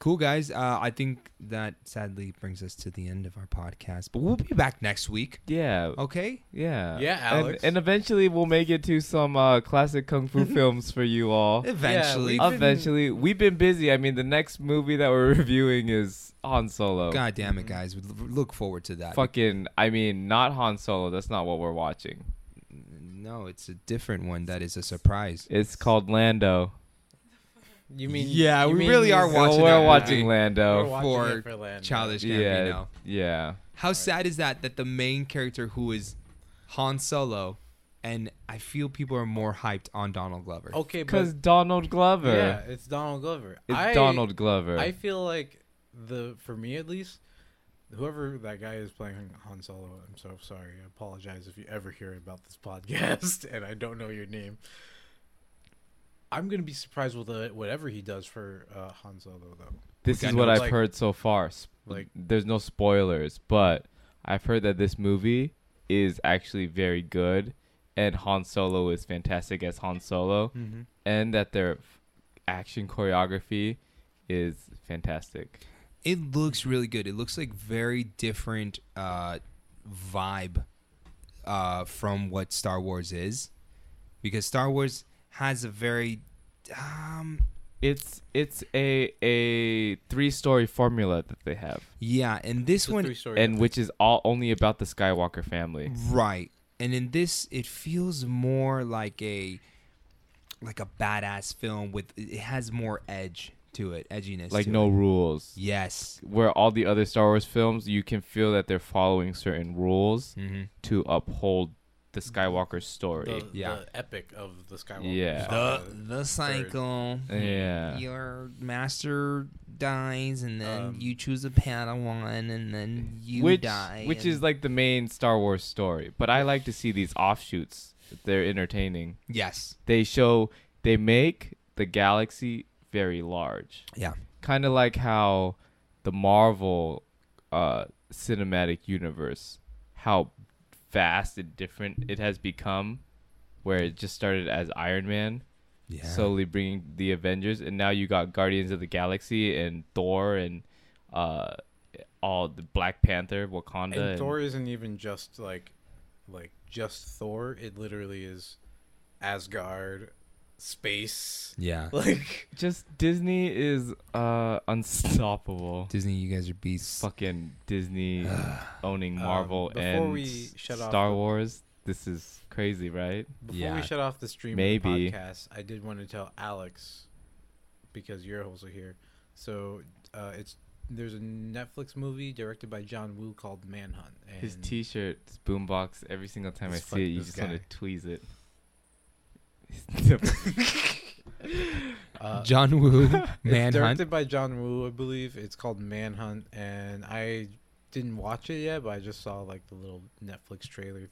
S2: cool guys. Uh, I think that sadly brings us to the end of our podcast, but we'll be back next week.
S3: yeah
S2: Okay.
S3: [LAUGHS] yeah
S1: Yeah,
S3: And-
S1: Alex.
S3: And, eventually we'll make it to some uh, classic kung
S2: [LAUGHS]
S3: fu films for you all.
S2: Eventually.
S1: we-
S2: Uh,
S1: I've been-
S3: Eventually, we've been busy. I mean, the next movie that we're [LAUGHS] reviewing is Han Solo.
S2: God damn it, guys. We l- look forward to that.
S3: Fucking, I mean, not Han Solo. That's not what we're watching.
S2: No, it's a different one that is a surprise.
S3: It's called Lando.
S1: "You mean
S2: Yeah,
S1: you
S2: we
S1: mean
S2: really
S1: you
S2: are
S1: said-
S2: We're watching
S3: we're
S2: that
S3: watching
S2: movie.
S1: We're
S3: Lando.
S1: watching
S2: for
S1: it for Lando.
S2: Childish
S3: yeah,
S2: Gambino.
S3: yeah.
S2: How sad is that that the main character who is Han Solo and I feel people are more hyped on Donald Glover.
S1: Okay, but
S3: Because Donald Glover.
S1: yeah, it's Donald Glover.
S3: It's
S1: I-
S3: Donald Glover.
S1: I feel like the for me at least, whoever that guy is playing Han Solo. I'm so sorry. I [LAUGHS] apologize if you ever hear about this podcast and I don't know your name. I'm gonna be surprised with uh, whatever he does for uh, Han Solo though.
S3: This
S1: Like, I
S3: is
S1: know
S3: what
S1: it's
S3: I've
S1: like-
S3: heard so far. S-
S1: like-
S3: there's no spoilers, but I've heard that this movie is actually very good, and Han Solo is fantastic as Han Solo,
S1: Mm-hmm.
S3: and that their f- action choreography is fantastic.
S2: It looks really good. It looks like very different uh, vibe uh, from what Star Wars is, because Star Wars has a very um,
S3: It's it's a a three story formula that they have,
S2: yeah, and this one
S3: and which is all only about the Skywalker family.
S2: Right. And in this it feels more like a like a badass film with it has more edge to it, edginess.
S3: Like
S2: to
S3: no
S2: it.
S3: rules.
S2: Yes.
S3: Where all the other Star Wars films, you can feel that they're following certain rules
S1: Mm-hmm.
S2: Mhm.
S3: to uphold the Skywalker story.
S1: the,
S2: yeah.
S1: the epic of the Skywalker.
S3: Yeah.
S2: The
S1: saga.
S2: the cycle.
S3: yeah.
S2: Your master dies and then
S1: Um,
S2: you choose a Padawan and then you
S3: which
S2: die.
S3: which
S2: and-
S3: is like the main Star Wars story. But I like to see these offshoots. They're entertaining.
S2: Yes.
S3: They show they make the galaxy very large.
S2: Yeah.
S3: Kind of like how the Marvel uh, cinematic universe, how vast and different it has become, where it just started as Iron Man,
S2: Yeah.
S3: slowly bringing the Avengers, and now you got Guardians of the Galaxy and Thor and uh, all the Black Panther, Wakanda.
S1: and
S3: and-
S1: Thor isn't even just like like just Thor. It literally is Asgard, space. [LAUGHS]
S2: Yeah.
S1: Like
S3: just Disney is uh, [LAUGHS] unstoppable.
S2: Disney, you guys are beasts.
S3: fucking [SIGHS] Disney owning
S1: Um,
S3: Marvel
S1: before
S3: and
S1: we
S3: s-
S1: shut off
S3: Star
S1: the-
S3: Wars. This is crazy, right?
S1: before
S2: Yeah.
S1: we shut off the stream of the
S3: Maybe.
S1: podcast, I did want to tell Alex because you're also here. So uh, it's there's a Netflix movie directed by John Woo called Manhunt. And
S3: His T-shirt, his boombox. Every single time I
S1: This fuck-
S3: see it, you
S1: this
S3: just want
S1: guy.
S3: to tweeze [LAUGHS] it.
S1: [LAUGHS] uh,
S2: John [LAUGHS] Woo,
S1: It's
S2: Manhunt.
S1: directed by John Woo, I believe. It's called Manhunt, and I didn't watch it yet, but I just saw like the little Netflix trailer,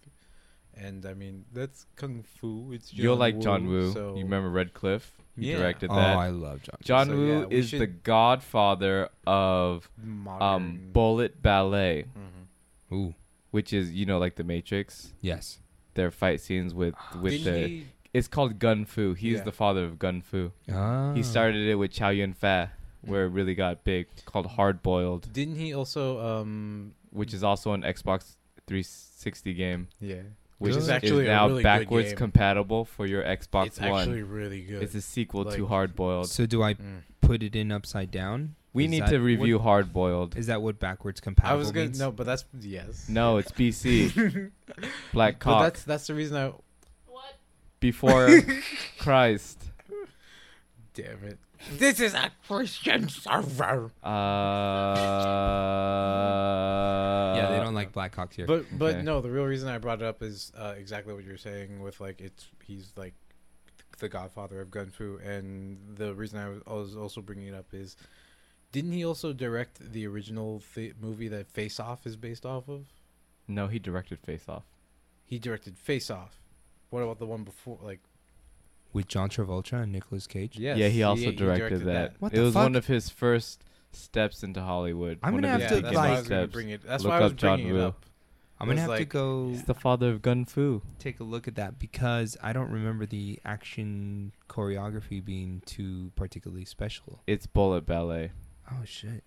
S1: and I mean that's kung fu. It's John
S3: You'll like
S1: Woo,
S3: John Woo.
S1: So
S3: You remember Red Cliff? He
S1: Yeah.
S3: directed
S2: Oh,
S3: that.
S2: I love John.
S3: John
S1: So,
S3: Woo
S1: yeah, we
S3: is the
S1: should-
S3: godfather of um,
S1: modern-
S3: bullet ballet,
S1: Mhm.
S2: Ooh,
S3: which is you know like the Matrix.
S2: yes.
S3: Their fight scenes with with
S1: Ah, Didn't
S3: the
S1: he-
S3: it's called Gun Fu. He's
S1: Yeah.
S3: the father of Gun Fu.
S2: Ah.
S3: He started it with Chow Yun Fat, where it really got big, called Hard Boiled,
S1: didn't he also um
S3: which is also an Xbox 360 game,
S1: yeah
S3: which
S1: Good.
S3: is
S1: It's actually
S3: is
S1: a
S3: now
S1: really good
S3: backwards
S1: game.
S3: compatible for your Xbox
S1: it's
S3: One.
S1: actually really good.
S3: It's a sequel to
S1: Like-
S3: Hard Boiled.
S2: So do I
S1: Mm.
S2: put it in upside down?
S3: We
S2: Is
S3: need
S2: that
S3: to review Hard Boiled.
S2: Is that what backwards
S1: I
S2: compatible
S1: was gonna
S2: means?
S1: no, but that's yes. [LAUGHS]
S3: No, it's BC. Black
S1: but
S3: Cock.
S1: that's that's the reason I.
S4: What?
S2: [LAUGHS]
S3: Before Christ.
S1: Damn it! This is a Christian server.
S3: Uh,
S2: Yeah, they
S3: yeah,
S2: don't like black hawks here.
S1: But but
S3: Okay.
S1: no, the real reason I brought it up is uh, exactly what you were saying with like it's he's like the godfather of gun fu, and the reason I was, I was also bringing it up is didn't he also direct the original th- movie that Face Off is based off of?
S3: No, he directed Face Off.
S1: He directed Face Off. What about the one before? Like
S2: With John Travolta and Nicolas Cage.
S1: yes,
S3: yeah, he also directed, that.
S2: What
S3: it
S2: the
S3: was one
S2: fuck?
S3: of his first steps into Hollywood.
S2: I'm
S3: One
S2: gonna
S3: of
S2: have
S1: yeah,
S2: to,
S3: his
S1: that's
S3: beginning
S1: why I
S2: like-
S1: was gonna bring it. That's
S3: Look
S1: why I was
S3: up John
S1: bringing it
S3: Woo.
S1: up.
S2: I'm gonna
S1: was
S2: have to
S1: like-
S2: go
S3: He's the father of Gun Fu.
S2: take a look at that because I don't remember the action choreography being too particularly special.
S3: It's bullet ballet.
S2: Oh shit.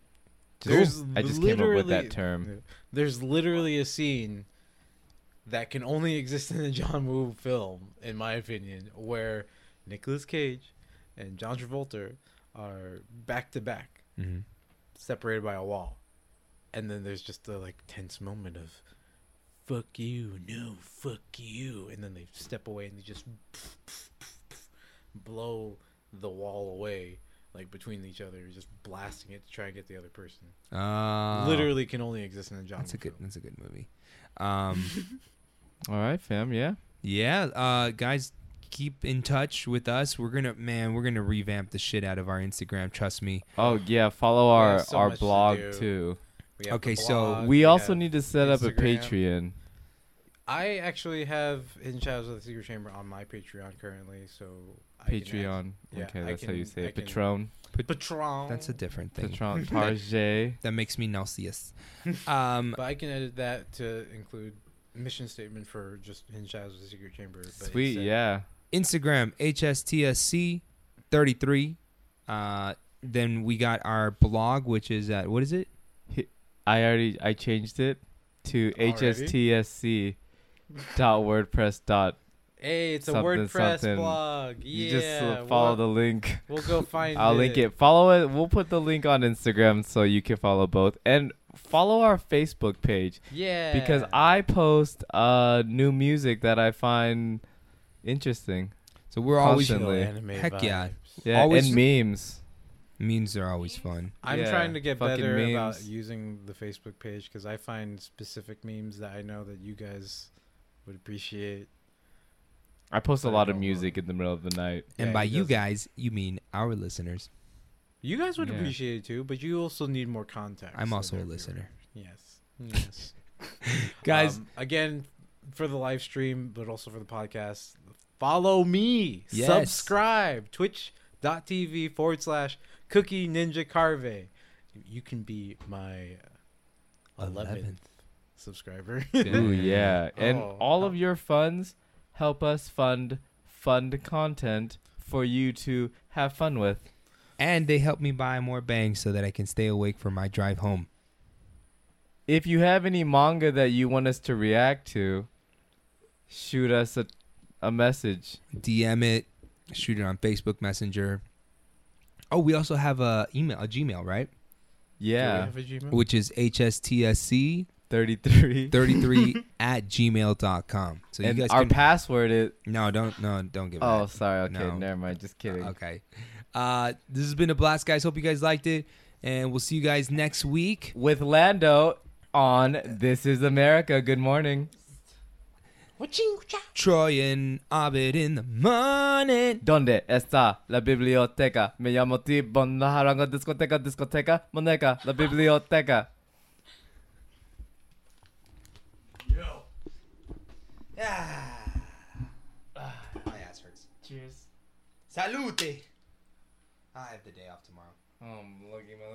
S1: There's
S3: I just came up with
S1: literally-
S3: that term.
S1: There's literally a scene that can only exist in a John Woo film, in my opinion, where Nicolas Cage and John Travolta are back to back,
S2: Mm-hmm.
S1: separated by a wall, and then there's just the like tense moment of "fuck you, no, fuck you," and then they step away and they just blow the wall away, like between each other, just blasting it to try and get the other person.
S2: Uh,
S1: Literally, can only exist in a John.
S2: That's
S1: Woo
S2: a good.
S1: film.
S2: That's a good movie.
S1: [LAUGHS]
S2: Um.
S3: All right, fam. Yeah.
S2: Yeah, uh, guys, keep in touch with us. We're gonna, man, we're gonna revamp the shit out of our Instagram. Trust me.
S3: Oh yeah. Follow
S1: We
S3: our
S1: have so
S3: our
S1: much to
S3: blog
S1: do.
S3: too.
S1: We have the
S2: Okay, so
S1: blog,
S3: we also
S1: have-
S3: need to set up a
S1: Instagram.
S3: Patreon.
S1: I actually have Hidden Shadows of the Secret Chamber on my Patreon currently, so I can add-
S3: Patreon.
S1: yeah,
S3: okay,
S1: I
S3: that's how you
S1: can-
S3: say
S1: I
S3: it.
S1: can-
S3: Patron.
S1: Patron.
S2: That's a different
S1: [LAUGHS]
S2: thing.
S3: Patron. Tarjay.
S2: That makes me nauseous. Um,
S1: But I can edit that to include mission statement for just Hidden Shadows of the Secret Chamber. But
S3: Sweet,
S1: instead-
S3: yeah.
S2: Instagram HSTSC33. Uh, then we got our blog, which is at what is it?
S3: I already I changed it to
S1: Already?
S3: hstsc dot wordpress dot.
S1: Hey, it's a
S3: Something,
S1: WordPress
S3: something.
S1: blog. Yeah.
S3: You just uh, follow
S1: we'll,
S3: the link.
S1: We'll go find.
S3: [LAUGHS] I'll link it. Follow it. We'll put the link on Instagram so you can follow both and follow our Facebook page
S1: Yeah.
S3: because I post uh new music that I find interesting.
S2: So we're always
S3: Awesome. Constantly.
S1: Anime
S2: Heck yeah.
S1: vibes.
S3: Yeah,
S2: Always-
S3: and memes.
S2: means are always fun.
S1: I'm
S3: Yeah,
S1: trying to get
S3: fucking
S1: better about
S3: memes.
S1: using the Facebook page because I find specific memes that I know that you guys would appreciate.
S3: I post a
S1: I
S3: lot
S1: don't
S3: of
S1: know.
S3: music in the middle of the night.
S2: And
S1: Yeah,
S2: by
S1: he
S2: you
S1: does.
S2: guys, you mean our listeners.
S1: You guys would
S3: Yeah.
S1: appreciate it too, but you also need more context.
S2: I'm
S1: so
S2: also a
S1: there we are.
S2: listener.
S1: Yes. Yes.
S2: Guys,
S1: Um, again, for the live stream, but also for the podcast, follow me.
S2: Yes.
S1: Subscribe. Twitch.tv forward slash Cookie Ninja Carve. You can be my 11th
S2: 11th.
S1: subscriber. [LAUGHS]
S2: [LAUGHS]
S3: Ooh yeah, and
S1: Oh.
S3: all of your funds help us fund fund content for you to have fun with.
S2: And they help me buy more bangs so that I can stay awake for my drive home.
S3: If you have any manga that you want us to react to, shoot us a a message.
S2: DM it, shoot it on Facebook Messenger. Oh, we also have a email, a Gmail, right?
S3: Yeah,
S1: Do we have a Gmail?
S2: Which is hstsc33
S3: thirty
S2: [LAUGHS]
S3: three.
S2: at gmail.com. So you
S3: and
S2: guys
S3: our
S2: can
S3: password is.
S2: No, don't no, don't give it.
S3: Oh,
S2: up.
S3: sorry. Okay,
S2: No.
S3: never mind. Just kidding.
S2: Okay. Uh this has been a blast, guys. Hope you guys liked it. And we'll see you guys next week.
S3: With Lando on This Is America. Good morning.
S2: Troy and Abed in the morning.
S3: ¿Dónde está la biblioteca? Me llamo Tibon, la jaranga, discoteca, discoteca, moneca, la biblioteca.
S2: Ah. My ass hurts.
S3: Cheers.
S2: Salute. I have the day off tomorrow.
S3: I'm looking